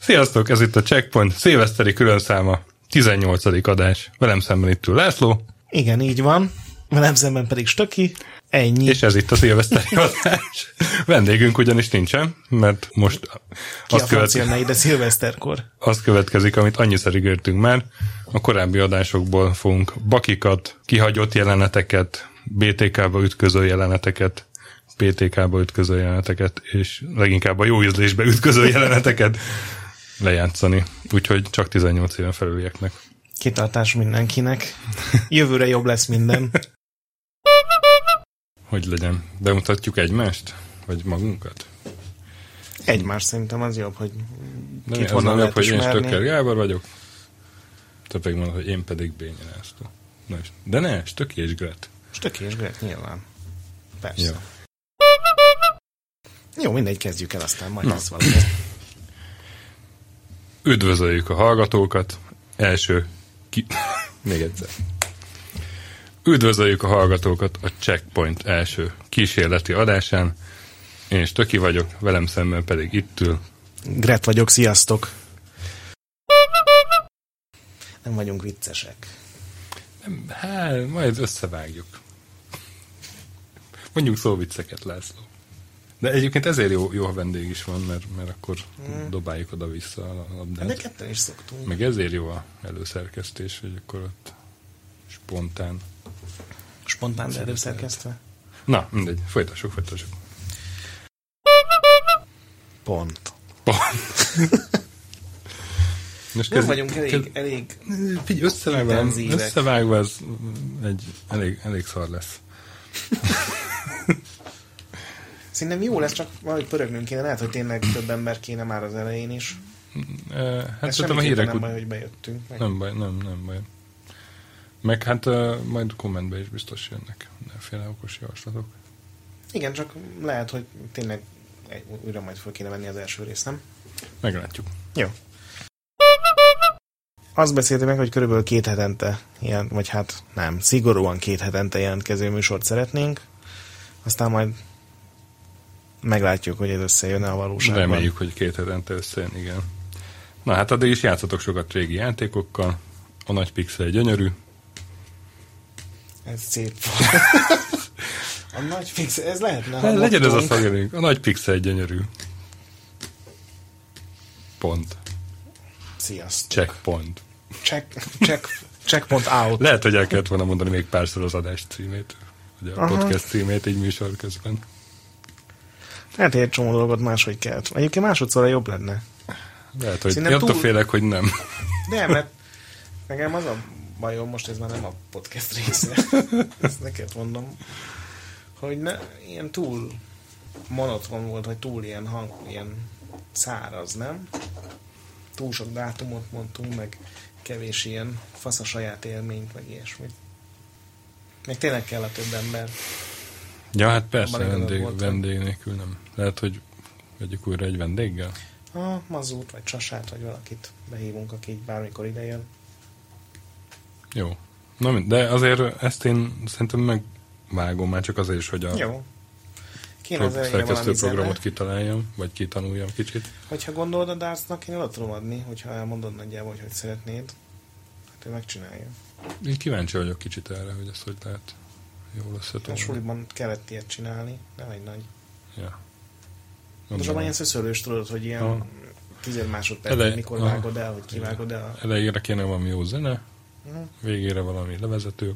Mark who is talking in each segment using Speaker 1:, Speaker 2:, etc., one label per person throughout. Speaker 1: Sziasztok, ez itt a Checkpoint szilveszteri különszáma, 18. adás. Velem szemben itt ül László,
Speaker 2: Igen, így van. Velem szemben pedig Stöki. Ennyi.
Speaker 1: és ez itt a szilveszteri adás. Vendégünk ugyanis nincsen, mert most
Speaker 2: Ki a
Speaker 1: azt,
Speaker 2: franc
Speaker 1: követ,
Speaker 2: jönne ide szilveszterkor?
Speaker 1: azt következik, amit annyiszor ígértünk már. A korábbi adásokból fogunk bakikat, kihagyott jeleneteket, BTK-ba ütköző jeleneteket, PTK-ba ütköző jeleneteket, és leginkább a jó ízlésbe ütköző jeleneteket lejátszani. Úgyhogy csak 18 éven felülieknek.
Speaker 2: Kitartás mindenkinek. Jövőre jobb lesz minden.
Speaker 1: Hogy legyen? Bemutatjuk egymást? Vagy magunkat?
Speaker 2: Egymás szerintem az jobb, hogy
Speaker 1: De
Speaker 2: Kit
Speaker 1: mi, az
Speaker 2: honnan
Speaker 1: nem jobb,
Speaker 2: lehet
Speaker 1: hogy én
Speaker 2: ismerni?
Speaker 1: Stöcker Gábor vagyok. Te pedig mondod, hogy én pedig Bényi László. Na és, de ne, Stöki és Gret.
Speaker 2: Stöki és Gret nyilván. Persze.
Speaker 1: Jó.
Speaker 2: Jó. Jó, mindegy, kezdjük el, aztán majd
Speaker 1: Na.
Speaker 2: lesz valami.
Speaker 1: Üdvözöljük a hallgatókat. Első ki... Még egyszer. Üdvözöljük a hallgatókat a Checkpoint első kísérleti adásán. Én Stöki vagyok, velem szemben pedig itt ül.
Speaker 2: Gret vagyok, sziasztok! Nem vagyunk viccesek.
Speaker 1: Hát, majd összevágjuk. Mondjuk szóvicceket, László. De egyébként ezért jó, jó ha vendég is van, mert, mert akkor mm. dobáljuk oda-vissza a
Speaker 2: Hmm. Hát de
Speaker 1: labdát.
Speaker 2: ketten is szoktunk.
Speaker 1: Meg ezért jó a előszerkesztés, hogy akkor ott spontán.
Speaker 2: Spontán, de előszerkesztve.
Speaker 1: Na, mindegy, folytassuk, folytassuk.
Speaker 2: Pont.
Speaker 1: Most
Speaker 2: Nem vagyunk elég, elég
Speaker 1: Figy, összevágva,
Speaker 2: intenzívek.
Speaker 1: összevágva ez egy elég, elég szar lesz.
Speaker 2: Szerintem jó lesz, csak valahogy pörögnünk kéne. Lehet, hogy tényleg több ember kéne már az elején is.
Speaker 1: E, Hát
Speaker 2: Ez
Speaker 1: szerintem a
Speaker 2: semmiképpen
Speaker 1: hírek
Speaker 2: nem
Speaker 1: ut-
Speaker 2: baj, hogy bejöttünk. Meg.
Speaker 1: Nem baj, nem, nem baj. Meg hát uh, majd kommentbe is biztos jönnek mindenféle okos javaslatok.
Speaker 2: Igen, csak lehet, hogy tényleg egy- újra majd föl kéne venni az első részt, nem?
Speaker 1: Meglátjuk.
Speaker 2: Jó. Azt beszéltük meg, hogy körülbelül két hetente, ilyen, vagy hát nem, szigorúan két hetente jelentkező műsort szeretnénk. Aztán majd meglátjuk, hogy ez összejön-e a valóságban.
Speaker 1: Reméljük, hogy két hetente összejön, igen. Na hát addig is játszatok sokat régi játékokkal. A nagy pixel gyönyörű.
Speaker 2: Hát, Ez szép volt. A nagy fix, ez lehetne. ha
Speaker 1: Le, Hát, legyen ez a
Speaker 2: mottónk.
Speaker 1: szagerünk. A nagy pixel gyönyörű. Pont.
Speaker 2: Sziasztok.
Speaker 1: Checkpoint.
Speaker 2: Check, check, checkpoint out.
Speaker 1: Lehet, hogy el kellett volna mondani még párszor az adás címét. Vagy a
Speaker 2: Aha.
Speaker 1: podcast címét egy műsor közben.
Speaker 2: Lehet, hogy Hát, egy csomó dolgot máshogy kell. Egyébként másodszorra jobb lenne.
Speaker 1: Lehet, hogy én
Speaker 2: Szerintem
Speaker 1: attól
Speaker 2: túl-
Speaker 1: félek, hogy nem.
Speaker 2: De, mert nekem az a bajom, most ez már nem a podcast része. Ezt neked mondom. Hogy ne, ilyen túl monoton volt, vagy túl ilyen hang, ilyen száraz, nem? Túl sok dátumot mondtunk, meg kevés ilyen fasz a saját élményt, meg ilyesmit. Meg tényleg kell a több ember.
Speaker 1: Ja, hát persze,
Speaker 2: Abban igazad
Speaker 1: vendég,
Speaker 2: volt.
Speaker 1: vendég nélkül nem. Lehet, hogy vegyük újra egy vendéggel?
Speaker 2: A mazút, vagy csasát, vagy valakit behívunk, aki így bármikor ide jön.
Speaker 1: Jó. Na, mind- de azért ezt én szerintem megvágom már csak azért is, hogy a
Speaker 2: Jó. Kéne
Speaker 1: pro-
Speaker 2: az elejére
Speaker 1: szerkesztő
Speaker 2: valami zene.
Speaker 1: programot kitaláljam, vagy kitanuljam kicsit.
Speaker 2: Hogyha gondolod a dárcnak, én oda tudom adni, hogyha elmondod nagyjából, hogy hogy szeretnéd. Hát ő megcsinálja.
Speaker 1: Én kíváncsi vagyok kicsit erre, hogy ezt hogy lehet jól
Speaker 2: A
Speaker 1: összetolni.
Speaker 2: suliban kellett ilyet csinálni, nem egy nagy.
Speaker 1: Ja.
Speaker 2: Most abban ilyen szöszölős tudod, hogy
Speaker 1: Aha.
Speaker 2: ilyen tized másodperc,
Speaker 1: Ele-
Speaker 2: hogy mikor
Speaker 1: aha.
Speaker 2: vágod el, hogy kivágod el.
Speaker 1: Elejére kéne valami jó zene,
Speaker 2: Mhm.
Speaker 1: végére valami levezető.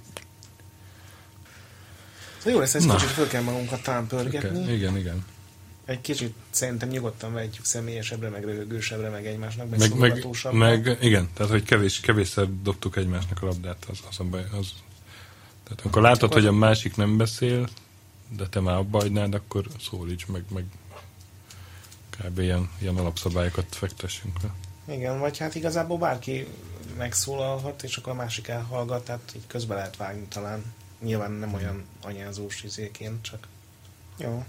Speaker 2: Szóval jó lesz, ezt
Speaker 1: Na.
Speaker 2: kicsit föl kell magunkat talán pörgetni.
Speaker 1: Igen, igen.
Speaker 2: Egy kicsit szerintem nyugodtan vehetjük személyesebbre, meg röhögősebbre, meg egymásnak
Speaker 1: Meg, meg,
Speaker 2: beszólogatósabbra.
Speaker 1: meg, igen, tehát hogy kevés, kevésszer dobtuk egymásnak a labdát, az, az a baj. Az, tehát amikor látod,
Speaker 2: Akkor-
Speaker 1: hogy a másik nem beszél, de te már abba hagynád, akkor szólíts meg, meg kb. ilyen, ilyen alapszabályokat fektessünk le.
Speaker 2: Igen, vagy hát igazából bárki megszólalhat, és akkor a másik elhallgat, tehát így közbe lehet vágni talán. Nyilván nem olyan anyázós izéként, csak jó.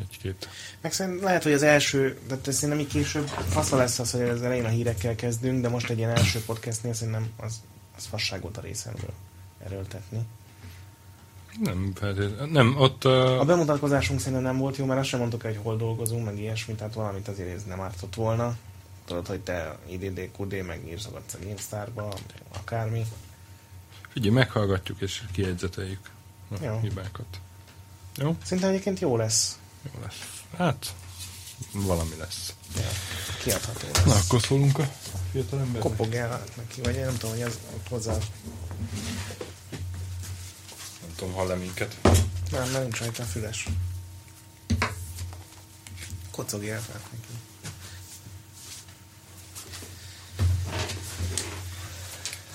Speaker 1: Egy-két.
Speaker 2: Meg szerintem lehet, hogy az első, de szerintem így később fasza lesz az, hogy az elején a hírekkel kezdünk, de most egy ilyen első podcastnél szerintem az, az fasság volt a részemről erőltetni.
Speaker 1: Nem, feltétlenül. nem, ott
Speaker 2: A
Speaker 1: uh,
Speaker 2: bemutatkozásunk szerintem nem volt jó, mert azt sem mondtuk, hogy hol dolgozunk, meg ilyesmi, tehát valamit azért ez nem ártott volna. Tudod, hogy te IDD, QD, meg írzogatsz a GameStar-ba, akármi.
Speaker 1: figyelj, meghallgatjuk és kiegyzeteljük a
Speaker 2: Jó.
Speaker 1: hibákat. Jó?
Speaker 2: Szerintem egyébként jó lesz.
Speaker 1: Jó lesz. Hát, valami lesz.
Speaker 2: Ja, kiadható
Speaker 1: Na,
Speaker 2: lesz.
Speaker 1: akkor szólunk a fiatalembernek.
Speaker 2: Kopog el neki, vagy én nem tudom, hogy az ott hozzá.
Speaker 1: Nem tudom, hall-e minket.
Speaker 2: Nem, nem nincs rajta a füles. Kocogj el fel neki.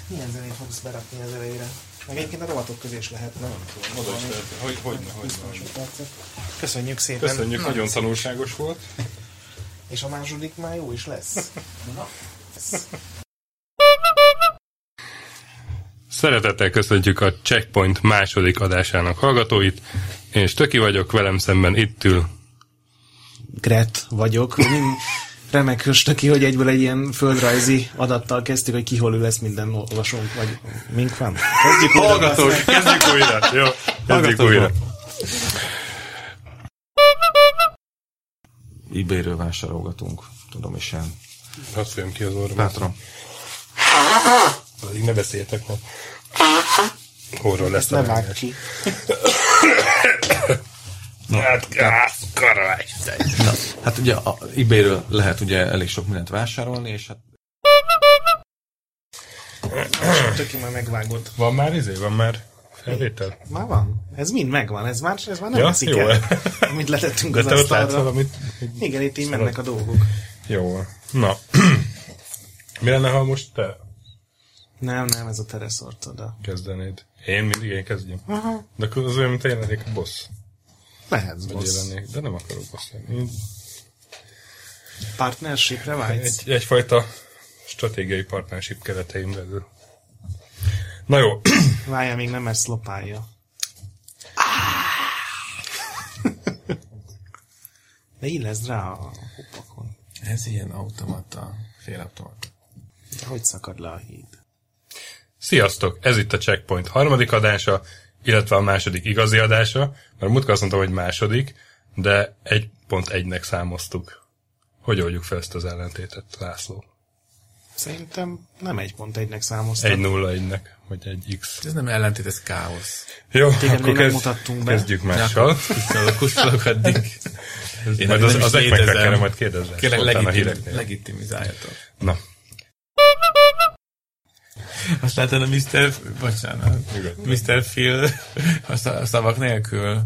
Speaker 2: Milyen zenét fogsz berakni az elejére? Meg egyébként a rovatok közé is lehetne. nem tudom,
Speaker 1: Oda is
Speaker 2: valami.
Speaker 1: lehet. Hogy, hogy, hogy,
Speaker 2: 20
Speaker 1: hogy.
Speaker 2: másodpercet. Köszönjük szépen.
Speaker 1: Köszönjük, nagyon tanulságos volt.
Speaker 2: És a második már jó is lesz. Na. Ez.
Speaker 1: Szeretettel köszöntjük a Checkpoint második adásának hallgatóit. Én Stöki vagyok, velem szemben itt ül.
Speaker 2: Gret vagyok. Mind remek ki, hogy egyből egy ilyen földrajzi adattal kezdtük, hogy ki hol ül lesz minden olvasónk, vagy mink van. Kezdjük újra,
Speaker 1: Hallgatók,
Speaker 2: aztán-
Speaker 1: kezdjük újra. Jó, kezdjük
Speaker 3: Hallgatók.
Speaker 1: újra.
Speaker 3: eBay-ről vásárolgatunk. Tudom is sem.
Speaker 1: Hadd főjem ki az orromat.
Speaker 3: Bátran.
Speaker 1: Addig ne beszéltek, mert horror lesz.
Speaker 2: Ezt
Speaker 1: a
Speaker 2: nem vág
Speaker 1: vágás.
Speaker 2: ki.
Speaker 1: Hát, áh, karaj.
Speaker 3: Na, hát ugye a eBay-ről lehet ugye elég sok mindent vásárolni, és hát
Speaker 2: Töki már megvágott.
Speaker 1: Van már izé, van már felvétel?
Speaker 2: Már van? Ez mind megvan, ez már, ez már nem
Speaker 1: Ja,
Speaker 2: ja, leszik
Speaker 1: jó.
Speaker 2: el, amit letettünk
Speaker 1: De
Speaker 2: az
Speaker 1: te ott látsz
Speaker 2: asztalra.
Speaker 1: valamit?
Speaker 2: Igen, itt így mennek a dolgok.
Speaker 1: Jó. Na. Mi lenne, ha most te
Speaker 2: Nem, nem, ez a tereszort oda.
Speaker 1: kezdenéd? Én mindig én kezdjem.
Speaker 2: Aha,
Speaker 1: De akkor az olyan, mint én lennék a boss.
Speaker 2: lehetsz
Speaker 1: Vagy én
Speaker 2: boss.
Speaker 1: lennék, de nem akarok boss lenni. Én
Speaker 2: Partnershipre vágysz?
Speaker 1: Egy, egyfajta stratégiai partnership kereteim belül. Na jó,
Speaker 2: Várja, még nem, mert szlopálja.
Speaker 1: Ah!
Speaker 2: De illesz rá a hopakon.
Speaker 3: ez ilyen automata, félautomata.
Speaker 2: De hogy szakad le a híd?
Speaker 1: Sziasztok! Ez itt a Checkpoint harmadik adása, illetve a második igazi adása, mert múltkor azt mondtam, hogy második, de egy pont egynek számoztuk. Hogy oldjuk fel ezt az ellentétet, László?
Speaker 2: Szerintem nem egy pont egynek számoztam.
Speaker 1: Egy nulla egynek, vagy egy X.
Speaker 4: Ez nem ellentét, ez káosz.
Speaker 1: Jó,
Speaker 2: Téged
Speaker 1: akkor
Speaker 2: még nem
Speaker 1: kezd,
Speaker 2: mutattunk be.
Speaker 1: kezdjük mással.
Speaker 4: Kusztalok, kusztalok addig.
Speaker 1: Én majd
Speaker 4: nem
Speaker 1: az,
Speaker 4: is
Speaker 1: az ekmekre
Speaker 4: létezem.
Speaker 1: kell majd kérdezni.
Speaker 4: Kérlek,
Speaker 1: spontán a
Speaker 4: legitim,
Speaker 1: híreknél.
Speaker 4: legitimizáljatok.
Speaker 1: Na,
Speaker 4: Azt látod a Mr. Bocsánat.
Speaker 1: Nyugodtan.
Speaker 4: Mr. Phil a sza- a szavak nélkül.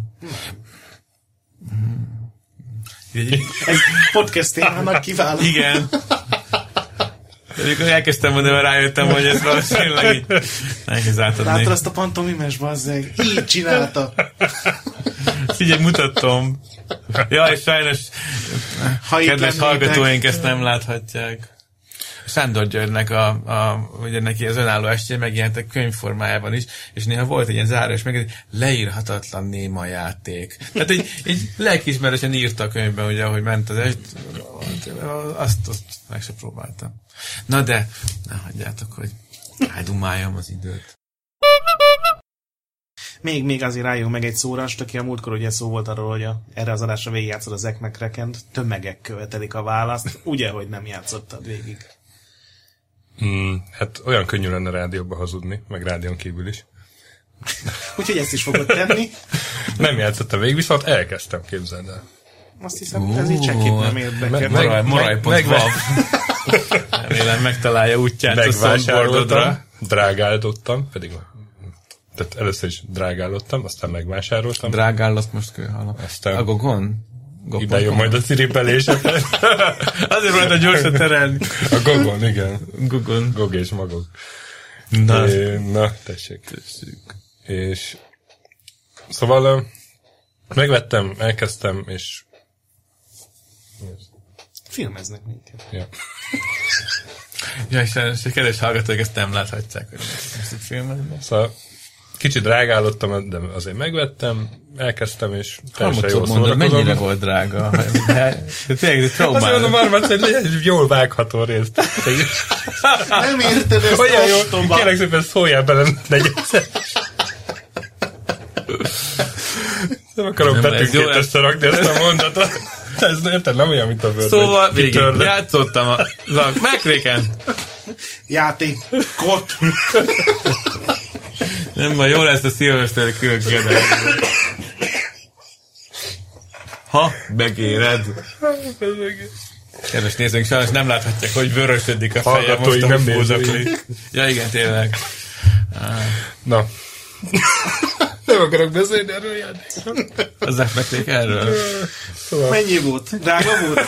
Speaker 4: Így-
Speaker 2: Egy podcast témának kiváló.
Speaker 4: Igen. De Amikor elkezdtem mondani, mert rájöttem, hogy ez valószínűleg így nehéz átadni.
Speaker 2: Láttad azt a pantomimes bazzeg? Így csinálta.
Speaker 4: Figyelj, mutatom. Ja, és sajnos
Speaker 2: Ha itt
Speaker 4: Kedves
Speaker 2: lennétek-
Speaker 4: hallgatóink ezt nem láthatják. Sándor Györgynek a, a, ugye neki az önálló estjén megjelent a könyvformájában is, és néha volt egy ilyen záró, és meg leírhatatlan néma játék. Tehát egy, egy lelkismeresen írta a könyvben, ugye, ahogy ment az est, azt, azt meg se próbáltam. Na de, ne hagyjátok, hogy áldumáljam az időt.
Speaker 2: Még, még azért álljunk meg egy szóra, aki a múltkor ugye szó volt arról, hogy a, erre az adásra végigjátszod az Ekmek Rekent, tömegek követelik a választ, ugye, hogy nem játszottad végig.
Speaker 1: mm, hát olyan könnyű lenne rádióba hazudni, meg rádión kívül is.
Speaker 2: Úgyhogy ezt is fogod tenni.
Speaker 1: Nem játszottam végig, viszont elkezdtem, képzeld el.
Speaker 2: Azt hiszem, hogy ez így senkit nem érdekel.
Speaker 1: Meg-
Speaker 4: Moraj, moraj,
Speaker 1: meg-
Speaker 4: meg, meg, Remélem megtalálja útját a
Speaker 1: megvásároltam,
Speaker 4: soundboardodra.
Speaker 1: drágálódtam, pedig tehát először is drágálódtam, aztán megvásároltam, Drá-
Speaker 4: Drágál, azt most kőhalom.
Speaker 1: Aztán-
Speaker 4: A gogon?
Speaker 1: ide jön
Speaker 4: Gogon.
Speaker 1: majd a ciripelések.
Speaker 4: Azért volt a gyorsan terelni.
Speaker 1: A gogon, igen.
Speaker 4: Gogon.
Speaker 1: Gog és magog.
Speaker 4: Na,
Speaker 1: É, na, tessék. És szóval ö, megvettem, elkezdtem, és
Speaker 2: Filmeznek minket.
Speaker 1: ja.
Speaker 4: ja, és sajnos, a kedves hallgatók ezt nem láthatják, hogy most a filmet.
Speaker 1: szóval kicsit drágálottam, de azért megvettem, elkezdtem, és teljesen
Speaker 4: Hamut
Speaker 1: jól
Speaker 4: tud mondani, mennyire
Speaker 1: szórakozom.
Speaker 4: volt drága. Hát, De tényleg, de
Speaker 1: Azért
Speaker 4: traumál.
Speaker 1: mondom, Armac, hogy legyen egy jól vágható részt.
Speaker 2: Nem érted ezt
Speaker 1: Ah. Olyan jó,
Speaker 2: ostoba.
Speaker 1: kérlek szépen szóljál bele negyedszer. Nem akarom
Speaker 4: Nem, ez jó
Speaker 1: betűnkét
Speaker 4: lesz.
Speaker 1: összerakni ezt a mondatot. Ez érted, nem olyan, mint a vörd.
Speaker 4: Szóval
Speaker 1: hogy
Speaker 4: végig
Speaker 1: kitörlöd.
Speaker 4: játszottam a zak, megréken.
Speaker 2: Játékot.
Speaker 4: Nem baj, jó lesz a Silverster különbségedben. Ha megéred. Kedves nézőink, sajnos nem láthatják, hogy vörösödik a feje
Speaker 1: Hallgatói
Speaker 4: most, nem
Speaker 1: nem
Speaker 4: fúzakli.
Speaker 1: nézőink.
Speaker 4: Ja igen, tényleg.
Speaker 1: Na. Nem akarok beszélni erről a játékról.
Speaker 4: Az megték erről.
Speaker 2: Mennyi volt? Drága volt?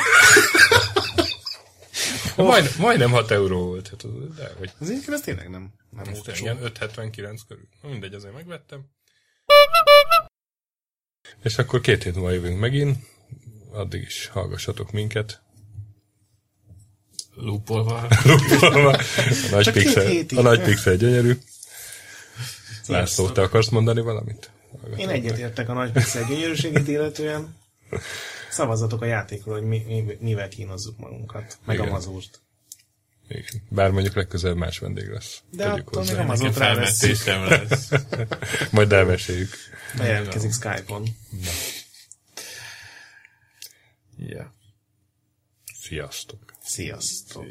Speaker 1: Majd, majdnem 6 euró volt. Hát, az- de, hogy
Speaker 2: Az én ez tényleg nem. Nem volt.
Speaker 1: igen, 5,79 körül. Na, Mindegy, azért megvettem. És akkor két hét múlva jövünk megint. Addig is hallgassatok minket.
Speaker 4: Lúpolva.
Speaker 1: a nagy,
Speaker 2: Csak két
Speaker 1: pixel,
Speaker 2: hétig.
Speaker 1: a nagy pixel gyönyörű. László, te akarsz mondani valamit?
Speaker 2: Én egyetértek a nagy pixel gyönyörűségét illetően. Szavazatok a játékról, hogy mi, mi, mivel kínozzuk magunkat. Meg
Speaker 1: Igen.
Speaker 2: a mazurt.
Speaker 1: Igen. Bár mondjuk legközelebb más vendég lesz.
Speaker 2: De
Speaker 1: Tegyük
Speaker 2: attól még
Speaker 1: hozzá.
Speaker 2: a mazurt ráveszik.
Speaker 4: Felmentésem lesz.
Speaker 1: Majd elmeséljük.
Speaker 2: Bejelentkezik Skype-on.
Speaker 4: Ja.
Speaker 1: Sziasztok.
Speaker 2: Sziasztok.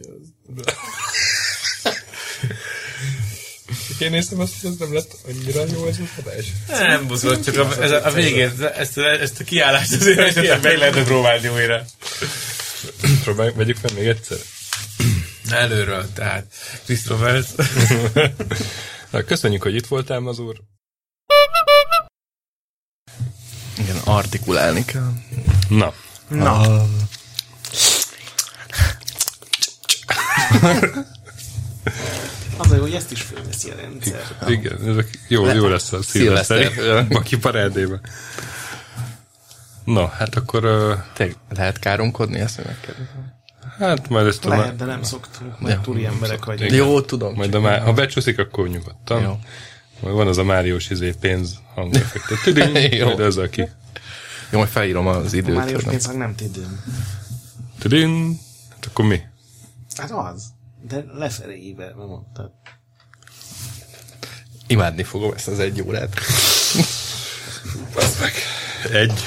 Speaker 1: Én néztem azt, hogy ez nem lett annyira jó ez az adás.
Speaker 4: Nem buzgott, csak a, ez a, a végét, ezt, ezt a kiállást azért esetleg meg lehetne próbálni újra.
Speaker 1: Próbáljuk, vegyük fel még egyszer.
Speaker 4: Előről, tehát. Christopher.
Speaker 1: Na, köszönjük, hogy itt voltál, Mazur.
Speaker 5: Igen, artikulálni kell.
Speaker 1: Na,
Speaker 2: Na, az a jó, hogy ezt is fölveszi a rendszer.
Speaker 1: igen, ezek jó, jó lesz a
Speaker 5: Szilveszter.
Speaker 1: szilveszteri. Baki parádéba. Na, hát akkor, ö,
Speaker 5: Te lehet káromkodni, ezt megkérdezem.
Speaker 1: hát majd ezt a...
Speaker 2: Lehet, de nem szoktunk, mert túri emberek vagyunk.
Speaker 5: Jó, tudom.
Speaker 1: Majd a má- ha becsúszik, akkor nyugodtan.
Speaker 5: Jó.
Speaker 1: Majd van az a Máriós izé pénz hangeffektet. Tüding,
Speaker 5: Jó.
Speaker 1: majd az aki.
Speaker 5: Jó, majd felírom az időt.
Speaker 2: Máriós
Speaker 5: hogy nem-
Speaker 2: pénzhang nem tidőm.
Speaker 1: Tüding, hát akkor mi?
Speaker 2: Hát az. De lefelé éve mondtad.
Speaker 5: Imádni fogom ezt az egy órát.
Speaker 1: Egy.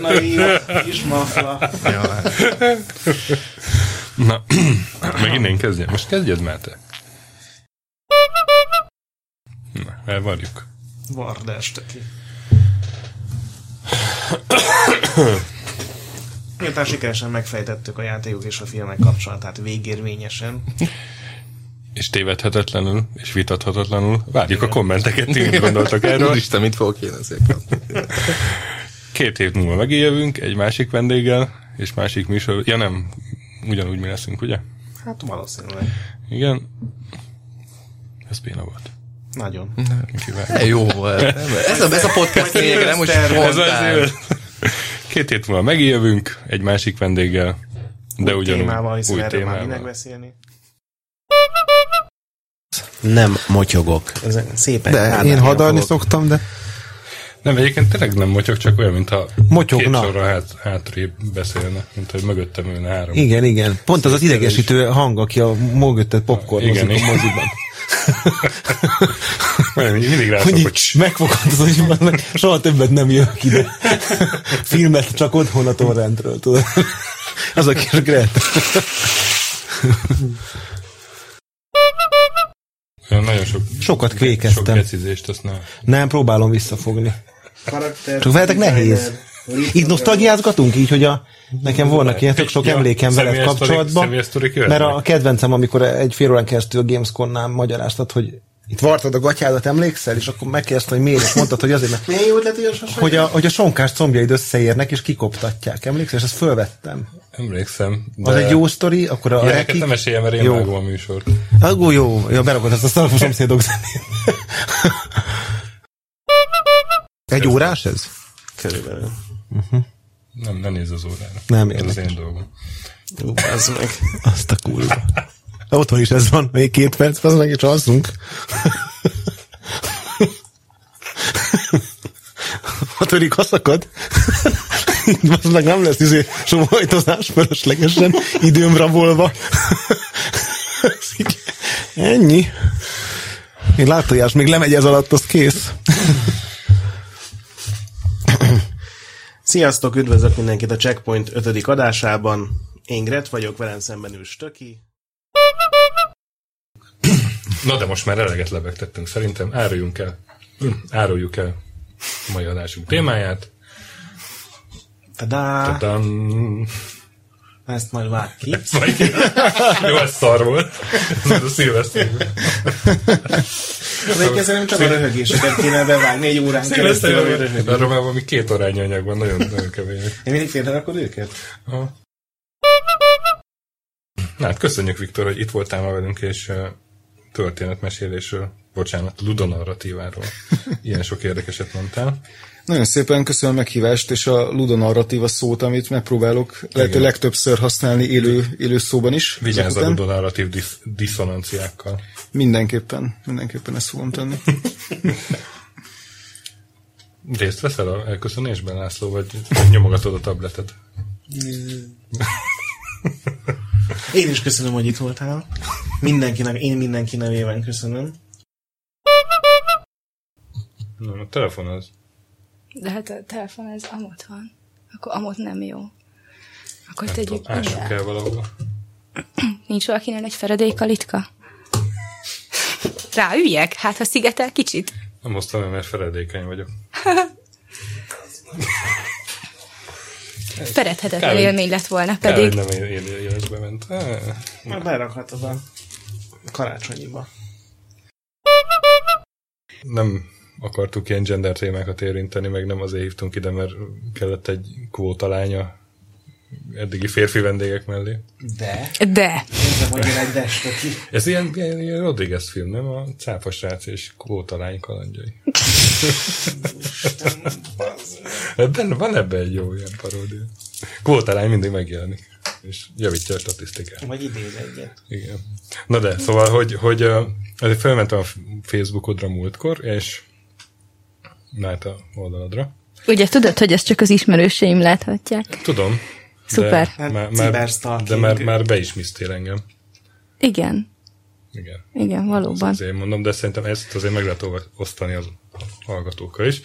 Speaker 2: naív kis mafla.
Speaker 1: hát. Na, megint én kezdjem. Most kezdjed már te. Na, elvarjuk.
Speaker 2: Vardás teki. Miután sikeresen megfejtettük a játékok és a filmek kapcsolatát végérvényesen,
Speaker 1: És tévedhetetlenül, és vitathatatlanul várjuk a kommenteket, ti mit gondoltak
Speaker 5: Erről?
Speaker 1: erről.
Speaker 5: Úristen, mit fogok én ezért kapni?
Speaker 1: Két hét múlva megint jövünk, egy másik vendéggel, és másik műsor. Ja nem, ugyanúgy mi leszünk, ugye?
Speaker 2: hát valószínűleg
Speaker 1: Igen. Ez béna volt.
Speaker 2: nagyon.
Speaker 1: Kivág.
Speaker 5: De jó volt. Nem? Ez a, ez a podcast lényeg, nem most
Speaker 1: Ez az
Speaker 5: spontán.
Speaker 1: élet. Két hét múlva megjövünk egy másik vendéggel, de
Speaker 2: új
Speaker 1: ugyanúgy
Speaker 2: témával, hiszen
Speaker 1: új
Speaker 2: erről már minek
Speaker 1: témával.
Speaker 2: beszélni.
Speaker 6: Nem motyogok.
Speaker 2: Ezen szépen.
Speaker 6: De én hadarni
Speaker 2: szok.
Speaker 6: szoktam, de
Speaker 1: Nem, egyébként tényleg nem motyog, csak olyan, mintha két
Speaker 6: motyogna.
Speaker 1: sorra hát, hátrébb beszélne, mint hogy mögöttem ülne három.
Speaker 6: Igen, igen. Pont az az idegesítő hang, aki a mögötted popcornozik
Speaker 1: Igen,
Speaker 6: a
Speaker 1: igen.
Speaker 6: moziban.
Speaker 1: Olyan, mint mindig rászok,
Speaker 6: Hogy
Speaker 1: hogy
Speaker 6: így megfogadod, hogy mondd meg, soha többet nem jövök ide. Filmet csak otthon a torrentről, tudod. Az a kis Gret.
Speaker 1: olyan nagyon sok,
Speaker 6: Sokat
Speaker 1: sok
Speaker 6: kvékeztem.
Speaker 1: becizést, azt nem.
Speaker 6: Nem, próbálom visszafogni. Csak veletek nehéz. Itt nosztalgiázgatunk így, hogy a, nekem volnak ilyen tök sok
Speaker 1: Ja,
Speaker 6: emlékem veled
Speaker 1: személyes sztorik-
Speaker 6: kapcsolatban.
Speaker 1: személyes sztorik jöhetnek.
Speaker 6: Mert a kedvencem, amikor egy fél órán keresztül a Gamesconnál magyaráztad, hogy itt vartad a gatyádat, emlékszel? És akkor megkérdezte, hogy miért, és mondtad, hogy azért, mert
Speaker 2: Milyen jó ötlet, hogy a sose-
Speaker 6: hogy a, hogy a sonkás combjaid összeérnek, és kikoptatják. Emlékszel? És ezt fölvettem.
Speaker 1: Emlékszem. De
Speaker 6: Az egy jó sztori, akkor a
Speaker 1: Ilyeneket
Speaker 6: rekik...
Speaker 1: nem esélye, mert én
Speaker 6: Jó.
Speaker 1: vágom a műsort.
Speaker 6: Agó, jó, ja, berakod ezt a szarfú szomszédok zenét. Egy órás ez?
Speaker 2: Körülbelül.
Speaker 1: Nem, ne nézz az órára.
Speaker 6: Nem,
Speaker 1: Ez az
Speaker 6: érdekes.
Speaker 1: én dolgom.
Speaker 2: Ú, bazd meg.
Speaker 6: Azt a kurva. Otthon is ez van, még két perc, az meg is alszunk. hatodik haszakad. Az meg nem lesz izé somolytozás fölöslegesen időm rabolva. Ez így- Ennyi. Még látójás, még lemegy ez alatt, az kész.
Speaker 2: Sziasztok, üdvözlök mindenkit a Checkpoint 5. adásában. Én Gret vagyok, velem szemben ül Stöki.
Speaker 1: Na de most már eleget lebegtettünk, szerintem áruljunk el. Hm, Áruljuk el a mai adásunk témáját.
Speaker 2: Tadá!
Speaker 1: Tadam.
Speaker 2: Ezt majd vág ki.
Speaker 1: Vagy... Jó, ez szar volt. Ez a szilveszter.
Speaker 2: Ezért nem csak a röhögéseket kéne bevágni egy órán keresztül, ami röhög.
Speaker 1: Arra már valami két arányú anyag van, nagyon, nagyon kemény.
Speaker 2: Én mindig félrerakod őket?
Speaker 1: Aha. Na hát köszönjük, Viktor, hogy itt voltál ma velünk, és ö, történetmesélésről, bocsánat, ludonarratíváról. Ilyen sok érdekeset mondtál.
Speaker 7: Nagyon szépen köszönöm a meghívást, és a ludonarratíva szót, amit megpróbálok lehető legtöbbször használni élő, élő szóban is.
Speaker 1: Vigyázz a
Speaker 7: Ezek után.
Speaker 1: ludonarratív disz- diszonanciákkal.
Speaker 7: Mindenképpen, mindenképpen ezt fogom tenni.
Speaker 1: Részt veszel a elköszönésben, László, vagy nyomogatod a tabletet?
Speaker 2: Én is köszönöm, hogy itt voltál. Mindenkinek, én mindenki nevében köszönöm.
Speaker 1: Nem, a telefon az.
Speaker 8: De hát a telefon ez amott van. Akkor amott nem jó. Akkor
Speaker 1: Nem tudom,
Speaker 8: tegyük
Speaker 1: ássuk
Speaker 8: ide.
Speaker 1: kell valahova.
Speaker 8: Nincs valakinél egy feredélykalitka? Ráüljek? Hát, ha szigetel kicsit.
Speaker 1: Nem hoztam el, mert feledékeny vagyok.
Speaker 8: Feredhetetlen
Speaker 1: Kár, hogy-
Speaker 8: élmény lett volna,
Speaker 1: Kár, hogy
Speaker 8: pedig.
Speaker 1: nem él- él- életbe ment. Ah,
Speaker 2: Már berakhatod a karácsonyiba.
Speaker 1: Nem akartuk ilyen gender témákat érinteni, meg nem azért hívtunk ide, mert kellett egy kvóta lánya eddigi férfi vendégek mellé.
Speaker 2: De?
Speaker 8: De.
Speaker 2: Nézzem, hogy jön egy desta ki.
Speaker 1: Ez ilyen, ilyen, ilyen Rodriguez film, nem? A cáfa srác és kvóta lány kalandjai. Ebben Hát van ebben egy jó ilyen paródia. Kvóta lány mindig megjelenik, és javítja a statisztikát.
Speaker 2: Vagy idéz egyet.
Speaker 1: Igen. Na de, szóval, hogy, hogy ö, azért felmentem a Facebookodra múltkor, és na hát a oldaladra.
Speaker 8: Ugye tudod, hogy ezt csak az ismerőseim láthatják?
Speaker 1: Tudom.
Speaker 8: Szuper.
Speaker 1: De már,
Speaker 2: Hát
Speaker 1: már,
Speaker 2: ciberstalking.
Speaker 1: de már, már be is misztél engem.
Speaker 8: Igen.
Speaker 1: Igen.
Speaker 8: Igen, valóban.
Speaker 1: Azért mondom, de szerintem ezt azért meg lehet olva- osztani az hallgatókkal is,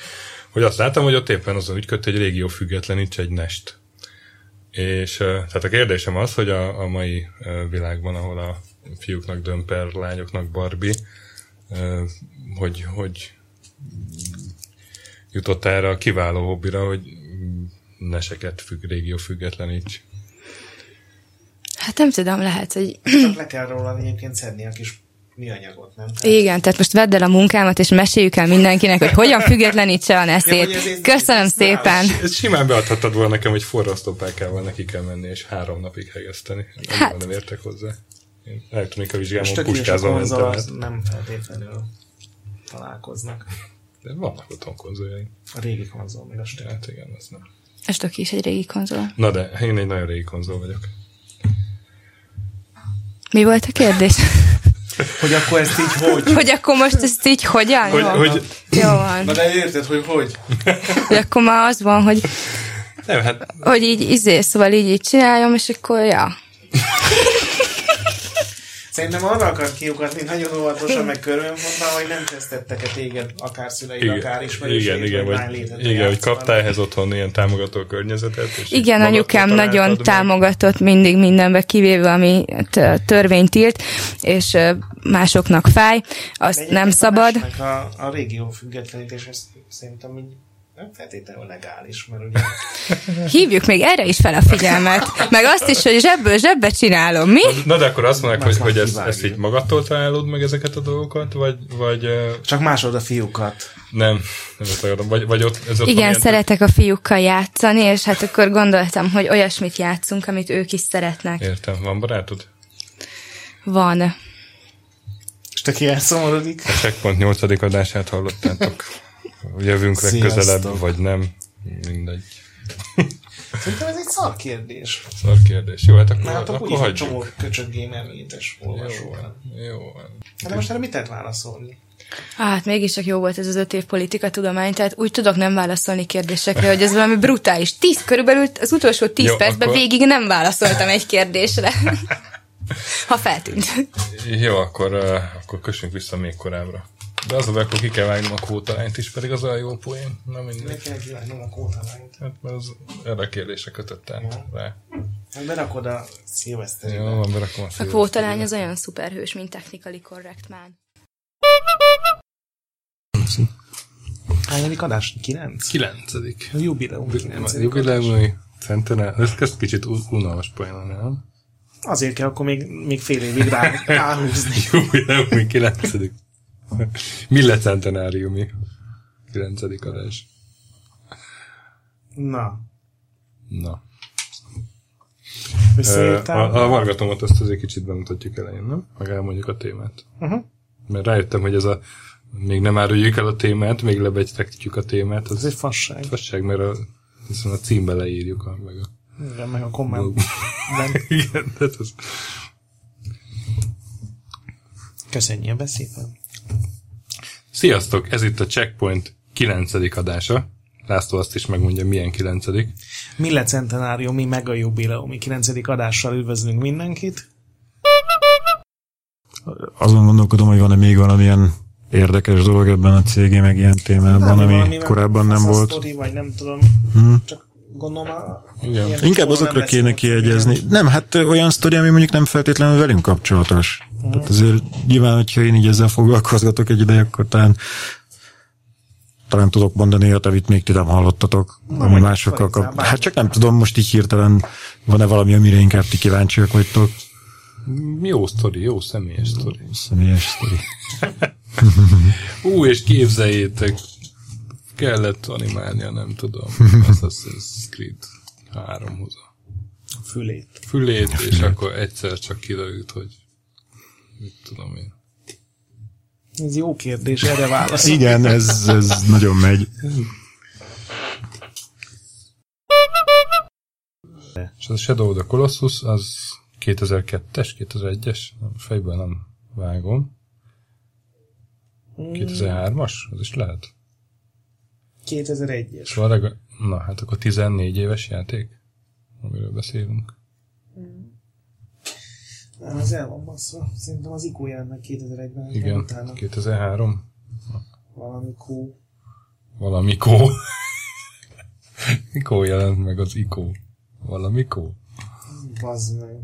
Speaker 1: hogy azt láttam, hogy ott éppen azon ügyködt, hogy régió függetleníts egy nest. És ö, tehát a kérdésem az, hogy a, a mai ö, világban, ahol a fiúknak dömper, lányoknak Barbie, ö, hogy, hogy jutott erre a kiváló hobbira, hogy mm, neseket függ, régió függetleníts.
Speaker 8: Hát nem tudom, lehet, hogy
Speaker 2: Csak le kell róla egyébként szedni a kis műanyagot, nem?
Speaker 8: igen, tehát most vedd el a munkámat, és meséljük el mindenkinek, hogy hogyan függetlenítse a
Speaker 2: Ja, hogy ez-
Speaker 8: neszét.
Speaker 2: ez-
Speaker 8: Köszönöm
Speaker 2: ez-
Speaker 8: szépen.
Speaker 1: Ezt simán beadhattad volna nekem, hogy forrasztópákával neki kell menni, és három napig hegeszteni. Hát.
Speaker 8: Hát.
Speaker 1: Nem értek hozzá. Én elektronika
Speaker 2: Most
Speaker 1: vizsgámon
Speaker 2: tök és a
Speaker 1: puskázom mentem
Speaker 2: konzol az
Speaker 1: át.
Speaker 2: nem feltétlenül találkoznak.
Speaker 1: De vannak otthon konzoljaim.
Speaker 2: A régi konzol még a stöki.
Speaker 1: Hát igen, az nem.
Speaker 8: És Doki is egy régi konzol.
Speaker 1: Na de, én egy nagyon régi konzol vagyok.
Speaker 8: Mi volt a kérdés?
Speaker 2: Hogy akkor ezt így hogy?
Speaker 8: Hogy akkor most ezt így hogyan?
Speaker 1: Hogy,
Speaker 8: Jó.
Speaker 1: hogy,
Speaker 8: Jó van.
Speaker 2: Na de érted, hogy hogy?
Speaker 8: Hogy akkor már az van, hogy,
Speaker 1: nem, hát
Speaker 8: hogy így izé, szóval így, így csináljam, és akkor ja.
Speaker 2: Szerintem arra akart kiukatni, nagyon óvatosan meg körülmondta, hogy nem tesztettek-e téged, akár szüleid,
Speaker 1: igen,
Speaker 2: akár ismerőség,
Speaker 1: igen, igen,
Speaker 2: vagy,
Speaker 1: vagy, igen, hogy kaptál ehhez otthon ilyen támogató környezetet. És
Speaker 8: Igen,
Speaker 1: magadtól
Speaker 8: anyukám
Speaker 1: találtad
Speaker 8: nagyon
Speaker 1: meg.
Speaker 8: támogatott mindig mindenbe, kivéve ami t- törvény tilt, és ö, másoknak fáj, azt nem szabad.
Speaker 2: A, a régió függetlenítés, ez szerintem így nem feltétlenül legális, mert ugye
Speaker 8: Hívjuk még erre is fel a figyelmet, meg azt is, hogy zsebből zsebbe csinálom, mi?
Speaker 1: Na de akkor azt mondják, hogy, hogy ezt, ezt így magadtól találod meg ezeket a dolgokat, vagy, vagy ö,
Speaker 2: csak másod a fiúkat.
Speaker 1: nem, nem ezt akarom, vagy, vagy ott, ez ott van
Speaker 8: Igen,
Speaker 1: ilyen-
Speaker 8: szeretek a fiúkkal játszani, és hát akkor gondoltam, hogy olyasmit játszunk, amit ők is szeretnek.
Speaker 1: Értem, van barátod?
Speaker 8: Van.
Speaker 2: És te ki elszomorodik?
Speaker 1: A Checkpoint 8. adását hallottátok. Jövünk legközelebb,
Speaker 2: Sziasztok.
Speaker 1: vagy nem. Mindegy.
Speaker 2: Szerintem ez egy szar kérdés.
Speaker 1: Szar kérdés. Jó, hát akkor,
Speaker 2: Mert hát akkor
Speaker 1: akkor
Speaker 2: úgyis egy
Speaker 1: hagyjuk.
Speaker 2: csomó köcsög gamer mindes olvasó. van.
Speaker 1: Jó.
Speaker 2: Hát De most erre mit lehet válaszolni?
Speaker 8: Hát mégiscsak jó volt ez az öt év politika tudomány, tehát úgy tudok nem válaszolni kérdésekre, hogy ez valami brutális. Tíz, körülbelül az utolsó tíz
Speaker 1: Jó,
Speaker 8: jó, percben
Speaker 1: akkor-
Speaker 8: akkor... végig nem válaszoltam egy kérdésre. Ha feltűnt.
Speaker 1: Jó, akkor, uh, akkor kössünk vissza még korábbra. De az a baj, akkor ki kell vágnom a kótalányt is, pedig az olyan jó poén. Na mindegy.
Speaker 2: kell kivágnom a kótalányt.
Speaker 1: Hát, mert az erre a kérdésre kötött el rá.
Speaker 2: Hát Berakod a szilveszteri.
Speaker 1: Jó, van, berakom a
Speaker 8: A
Speaker 1: szívet.
Speaker 8: kvótalány az olyan szuperhős, mint technically correct man.
Speaker 2: Hányadik adás? Kilenc?
Speaker 1: Kilencedik.
Speaker 2: A jubileum kilencedik.
Speaker 1: Jubileumi centenár. Ez kezd kicsit u- unalmas poén, nem?
Speaker 2: Azért kell akkor még, még fél évig rá, ráhúzni.
Speaker 1: Jubileumi kilencedik. Mille centenáriumi. Kilencedik adás.
Speaker 2: Na,
Speaker 1: Na. Ö,
Speaker 2: visszaírtál?
Speaker 1: A, a vargatomat azt azért kicsit bemutatjuk elején, nem? Meg elmondjuk a témát.
Speaker 2: Uh-huh.
Speaker 1: Mert rájöttem, hogy ez a még nem áruljuk el a témát, még lebegytetjük a témát.
Speaker 2: Ez
Speaker 1: Az
Speaker 2: egy
Speaker 1: egy
Speaker 2: fasság.
Speaker 1: fasság, mert a, hiszen a címbe leírjuk a, meg a
Speaker 2: Igen, meg a komment.
Speaker 1: Igen, tehát az...
Speaker 2: Köszönjél be szépen.
Speaker 1: Sziasztok, ez itt a Checkpoint 9. adása. László azt is megmondja, milyen 9.
Speaker 2: Mille centenáriumi meg a jubileumi kilencedik adással üdvözlünk mindenkit.
Speaker 9: Azon gondolkodom, hogy van-e még valamilyen érdekes dolog ebben a cégé, meg ilyen témában, ami
Speaker 2: valami
Speaker 9: korábban nem
Speaker 2: fasz a
Speaker 9: volt.
Speaker 2: Sztori, vagy nem tudom, csak gondolom a... ilyen
Speaker 9: Inkább
Speaker 2: soha nem
Speaker 9: azokra
Speaker 2: lesz
Speaker 9: kéne
Speaker 2: most.
Speaker 9: kiegyezni. Nem, hát ö, olyan sztori, ami mondjuk nem feltétlenül velünk kapcsolatos.
Speaker 2: Mhm.
Speaker 9: Tehát azért nyilván, hogyha én így ezzel foglalkozgatok egy ideig, akkor talán talán tudok mondani olyat, amit még ti nem hallottatok, ami
Speaker 2: mondjuk,
Speaker 9: másokkal
Speaker 2: Farizzá,
Speaker 9: kap...
Speaker 2: bármi.
Speaker 9: Hát csak nem tudom, most így hirtelen van-e valami, amire inkább ti kíváncsiak vagytok.
Speaker 1: Jó sztori, jó személyes sztori.
Speaker 9: Személyes sztori.
Speaker 1: Ú, és képzeljétek, kellett animálnia, nem tudom, Assassin's Creed 3 hoza.
Speaker 2: Fülét.
Speaker 1: Fülét, és akkor egyszer csak kiderült, hogy mit tudom én.
Speaker 2: Ez jó kérdés, erre válasz.
Speaker 9: Igen, ez, ez nagyon megy.
Speaker 1: És az a Shadow of the Colossus, az 2002-es, 2001-es, nem, fejből nem vágom. 2003-as? Az is lehet. És
Speaker 2: 2001-es.
Speaker 1: van legalább... Na, hát akkor 14 éves játék, amiről beszélünk.
Speaker 2: Az el van bassza. Szerintem az IQ jelent meg 2001-ben. Igen.
Speaker 1: Igen,
Speaker 2: Utána
Speaker 1: 2003.
Speaker 2: valami Q.
Speaker 1: Valamikó. Mikó jelent meg az Ikó. Valamikó.
Speaker 2: Bazd meg.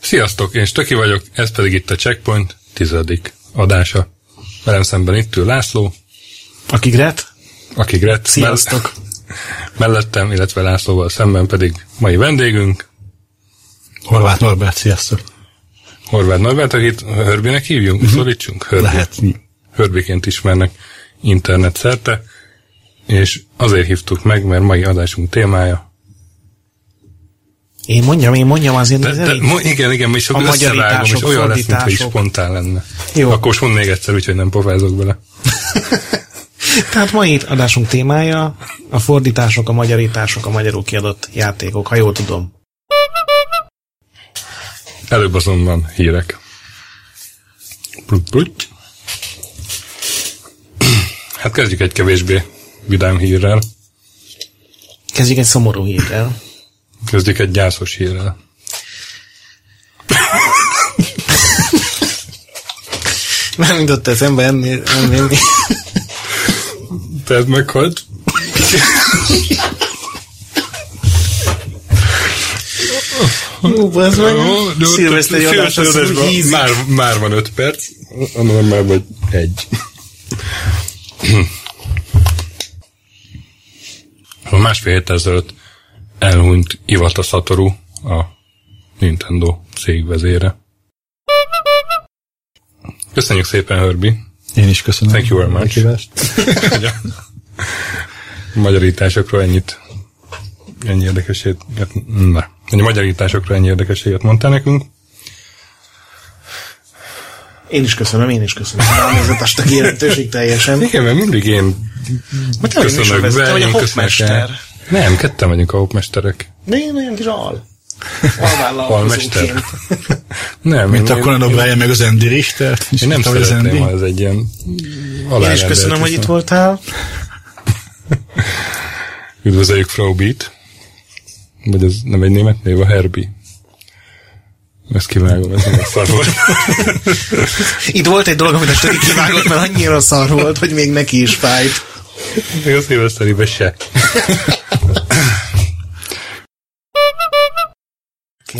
Speaker 1: Sziasztok, én Stöki vagyok, ez pedig itt a Checkpoint tizedik adása. Velem szemben itt ül László,
Speaker 2: Aki Gret?
Speaker 1: aki Gret.
Speaker 2: Sziasztok.
Speaker 1: Mellettem, illetve Lászlóval szemben pedig mai vendégünk,
Speaker 6: Horváth Norbert, sziasztok.
Speaker 1: Horváth Norbert, akit Hörbinek hívjunk,
Speaker 2: Mhm.
Speaker 1: szólítsunk? Hörbi.
Speaker 6: Lehet.
Speaker 1: hörbiként ismernek internet szerte, és azért hívtuk meg, mert mai adásunk témája.
Speaker 2: Én mondjam, én mondjam azért.
Speaker 1: De, de, mo- igen, igen, mi
Speaker 2: A
Speaker 1: sok összevágom, és
Speaker 2: magyarítások,
Speaker 1: olyan lesz, mintha is
Speaker 2: fordítások.
Speaker 1: spontán lenne.
Speaker 2: Jó.
Speaker 1: Jó. Akkor most mondd még egyszer, úgyhogy nem pofázok bele.
Speaker 2: Tehát mai adásunk témája a fordítások, a magyarítások, a magyarul kiadott játékok, ha jól tudom.
Speaker 1: Előbb azonban hírek. Plut, plut. Hát kezdjük egy kevésbé vidám hírrel.
Speaker 2: Kezdjük egy szomorú hírrel.
Speaker 1: Kezdjük egy gyászos hírrel.
Speaker 2: Nem jutott eszembe ennél, ennél.
Speaker 1: Tehát meghalt.
Speaker 2: Ó, ez meg.
Speaker 1: Jó, de ott-
Speaker 2: Szilveszteri adás,
Speaker 1: szilveszteri
Speaker 2: azt úgy
Speaker 1: adásban
Speaker 2: hízik.
Speaker 1: már, már van öt perc, mondom már vagy egy. A másfél hét ezelőtt elhunyt Iwata Satoru, a Nintendo cégvezére. Köszönjük szépen, Hörbi,
Speaker 9: Én is köszönöm.
Speaker 1: Thank you very much.
Speaker 9: meghívást.
Speaker 1: hogy a magyarításokról ennyit ennyi érdekeséget, ne, hogy a magyarításokról ennyi érdekeséget mondtál nekünk.
Speaker 2: Én is köszönöm, én is köszönöm. Ránézetest a jelentőség teljesen.
Speaker 1: Igen, mert mindig én
Speaker 2: Mert te vagy műsorvezető, te vagy a
Speaker 1: én köszönök el.
Speaker 2: hopmester.
Speaker 1: Nem, ketten vagyunk a hopmesterek.
Speaker 2: De én olyan kis al.
Speaker 1: Almester.
Speaker 2: Alvállalkozóként.
Speaker 1: Nem,
Speaker 10: Mint
Speaker 1: én-
Speaker 10: akkor a Brian meg az Andy Richter.
Speaker 1: Én nem
Speaker 10: Ismertem, hogy
Speaker 1: szeretném, ha ez egy ilyen
Speaker 2: Én is köszönöm, hogy itt voltál.
Speaker 1: Üdvözöljük Frau Beat. Vagy ez nem egy német név, a Herbie. Ezt kivágom, ez nem egy szar volt.
Speaker 2: Itt volt egy dolog, amit a Töri kivágott, mert annyira szar volt, hogy még neki is fájt.
Speaker 1: Még a szilveszteribe se.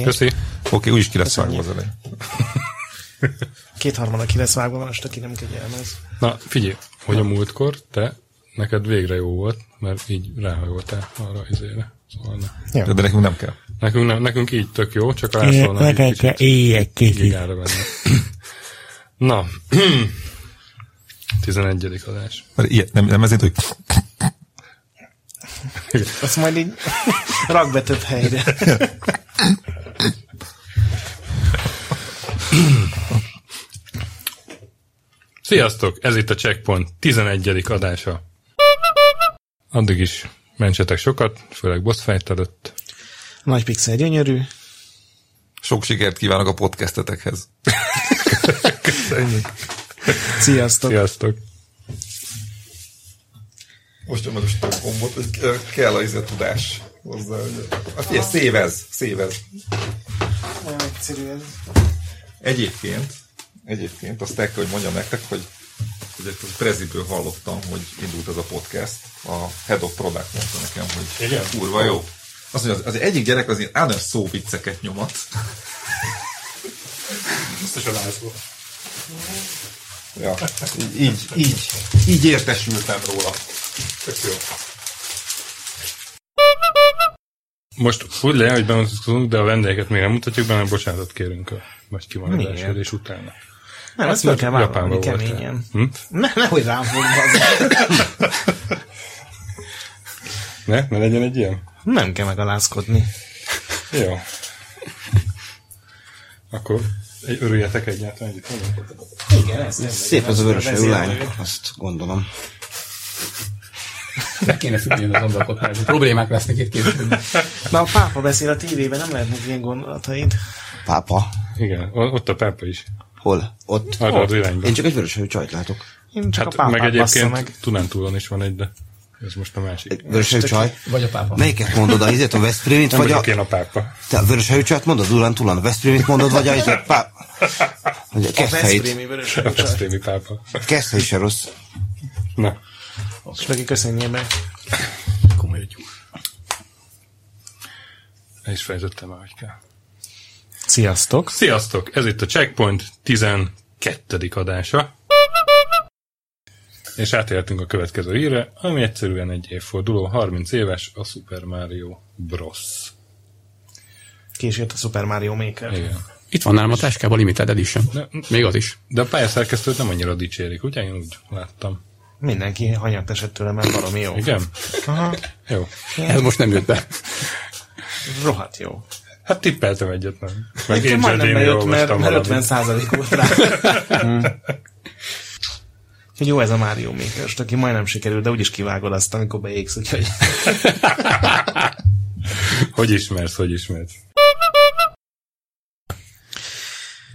Speaker 1: Köszi.
Speaker 11: Oké, okay, úgyis ki lesz vágva az elej.
Speaker 2: Kétharmada ki lesz vágva, van, és aki nem kegyelmez.
Speaker 1: Na, figyelj, hogy a múltkor te, neked végre jó volt, mert így ráhajoltál arra izére. Szóval ne.
Speaker 11: De nekünk nem kell.
Speaker 1: Nekünk, nem, nekünk így tök jó, csak rászólnak egy kicsit.
Speaker 6: éjjel készít.
Speaker 1: gigára benne. Na, 11. adás.
Speaker 11: Mert ilyet, nem, nem ezért, hogy
Speaker 2: Azt majd így rak be több helyre.
Speaker 1: Sziasztok, ez itt a Checkpoint 11. adása. Addig is mentsetek sokat, főleg boss fight előtt.
Speaker 2: Nagy pixel gyönyörű.
Speaker 11: sok sikert kívánok a podcastetekhez.
Speaker 2: Sziasztok.
Speaker 1: Sziasztok!
Speaker 11: Most nyomod most a gombot, hogy kell az a izé tudás hozzá. A figyelj, szévez, szévez.
Speaker 2: Olyan egyszerű ez.
Speaker 11: Egyébként, egyébként azt el kell, hogy mondjam nektek, hogy hogy ezt a preziből hallottam, hogy indult ez a podcast, a Head of Product mondta nekem, hogy Igen? kurva jó. Azt mondja, az, az egyik gyerek az ilyen állandóan szóvicceket nyomat.
Speaker 1: Biztos a László.
Speaker 11: Ja, így, így, így, így értesültem róla. Tök jó.
Speaker 1: Most úgy le, hogy bemutatkozunk, de a vendégeket még nem mutatjuk be, mert bocsánatot kérünk a vagy kimaradásérés utána.
Speaker 2: Nem, ezt meg kell vállalni
Speaker 1: Hát Japánban
Speaker 2: keményen.
Speaker 1: Hm?
Speaker 2: Ne, nehogy rám fogd az.
Speaker 1: Ne? Ne legyen egy ilyen?
Speaker 2: Nem kell megalázkodni.
Speaker 1: Jó. Akkor egy örüljetek egyáltalán együtt.
Speaker 4: Szép az a vörös hajú lány, azt gondolom.
Speaker 12: Be kéne függni az ablakot, mert problémák lesznek itt később.
Speaker 2: Na, a pápa beszél a tévében, nem lehetnek ilyen gondolataid.
Speaker 4: Pápa,
Speaker 1: Igen, o- ott a pápa is.
Speaker 4: hol? Ott?
Speaker 1: Arra az irányba.
Speaker 4: Én csak egy vörös hajú csajt látok.
Speaker 2: Én csak hát, a
Speaker 1: Hát meg
Speaker 2: pápát bassza
Speaker 1: egyébként
Speaker 2: meg.
Speaker 1: Tunántúlon is van egy, de ez most a másik.
Speaker 4: Egy vörös hajú csaj.
Speaker 12: Vagy a pápa.
Speaker 4: Melyiket mondod, a izét, a Veszprémit,
Speaker 1: Nem
Speaker 4: vagy a...
Speaker 1: vagyok én a pápa.
Speaker 4: Te a vörös hajú csajt mondod, Durán Tulán, a Veszprémit mondod, vagy a izét, pá... Vagy a keszthelyit.
Speaker 2: Veszprémi vörös
Speaker 1: A Veszprémi pápa.
Speaker 4: Keszthely se rossz.
Speaker 1: Na,
Speaker 2: És neki köszönjél meg.
Speaker 1: le is fejezettem már, hogy kell.
Speaker 2: Sziasztok.
Speaker 1: Sziasztok! Ez itt a Checkpoint 12. adása. És átértünk a következő hírre, ami egyszerűen egy évforduló, 30 éves, a Super Mario Bros.
Speaker 2: Ki is jött a Super Mario Maker.
Speaker 1: Igen.
Speaker 12: Itt van nálam a táskában limited edition.
Speaker 1: De-
Speaker 12: Még az is.
Speaker 1: De a pályaszerkesztőt nem annyira dicsérik, ugye? Én úgy láttam.
Speaker 2: Mindenki hanyatt esett tőle, mert valami jó.
Speaker 1: Igen?
Speaker 2: Aha,
Speaker 1: Jó.
Speaker 12: Ez most nem jött be.
Speaker 2: rohadt jó.
Speaker 1: Hát tippeltem egyet, nem? Meg
Speaker 2: Nekem
Speaker 1: én
Speaker 2: majdnem bejött, mert,
Speaker 1: olvastam
Speaker 2: mert
Speaker 1: valamit.
Speaker 2: 50 százalék volt rá. Úgyhogy jó ez a Mario Maker, aki majdnem sikerül, de úgyis kivágod azt, amikor beégsz, úgyhogy
Speaker 1: Hogy ismersz, hogy ismersz?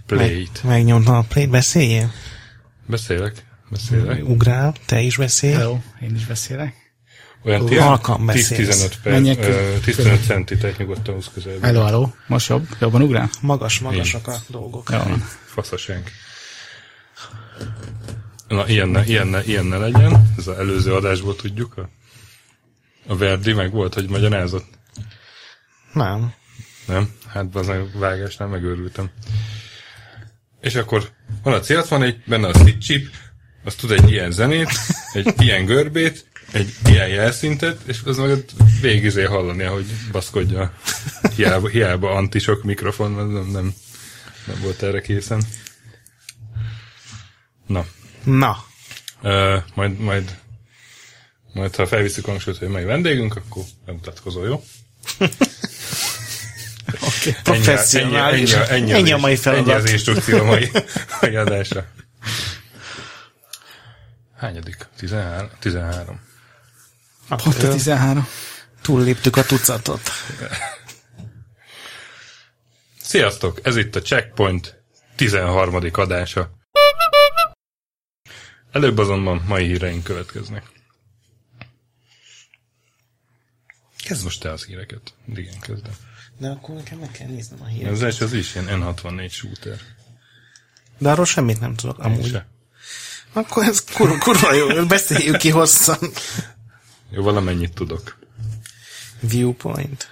Speaker 1: Play-t.
Speaker 2: megnyomtam a play beszéljél?
Speaker 1: Beszélek? Beszélek.
Speaker 2: Ugrál, te is beszélj.
Speaker 4: Hello, én is beszélek.
Speaker 1: Olyan
Speaker 2: Halkan beszélsz.
Speaker 1: 10-15
Speaker 4: Menjek
Speaker 1: perc, ö, 15 centit egy nyugodtan húz közelbe.
Speaker 4: Hello, hello. Most jobb? Jobban ugrál?
Speaker 2: Magas-magasak a dolgok.
Speaker 1: Faszasenk. Na, ilyen ne, ilyen ne, ilyen ne legyen. Ez az előző adásból tudjuk. A, a Verdi meg volt, hogy magyarázott.
Speaker 2: Nem.
Speaker 1: Nem? Hát az a vágásnál megőrültem. És akkor van a C61, benne a Seed Chip, az tud egy ilyen zenét, egy ilyen görbét, egy ilyen jelszintet, és az meg ott végigizé hallani, hogy baszkodja. Hiába, hiába antisok mikrofon, mert nem, nem, nem volt erre készen. Na,
Speaker 2: Na,
Speaker 1: ö, majd, majd, majd ha felviszük a hangsúlyt, hogy mely vendégünk, akkor bemutatkozol, jó?
Speaker 2: professzionális.
Speaker 1: Ennyi, ennyi, ennyi,
Speaker 2: Ennyi a
Speaker 1: az-
Speaker 2: mai feladat.
Speaker 1: Ennyi az instrukció a mai megadásra. Hányadik? 13. 13.
Speaker 2: Pont a 13. Túlléptük a tucatot.
Speaker 1: Sziasztok, ez itt a Checkpoint 13. adása. Előbb azonban mai híreink következnek. Kezd most te az híreket. Igen, kezdem.
Speaker 2: De akkor nekem meg kell néznem a híreket.
Speaker 1: Az első az is ilyen N64 shooter.
Speaker 2: De arról semmit nem tudok amúgy.
Speaker 1: se.
Speaker 2: Akkor ez kur- kurva jó, beszéljük ki hosszan.
Speaker 1: Jó, valamennyit tudok.
Speaker 2: Viewpoint.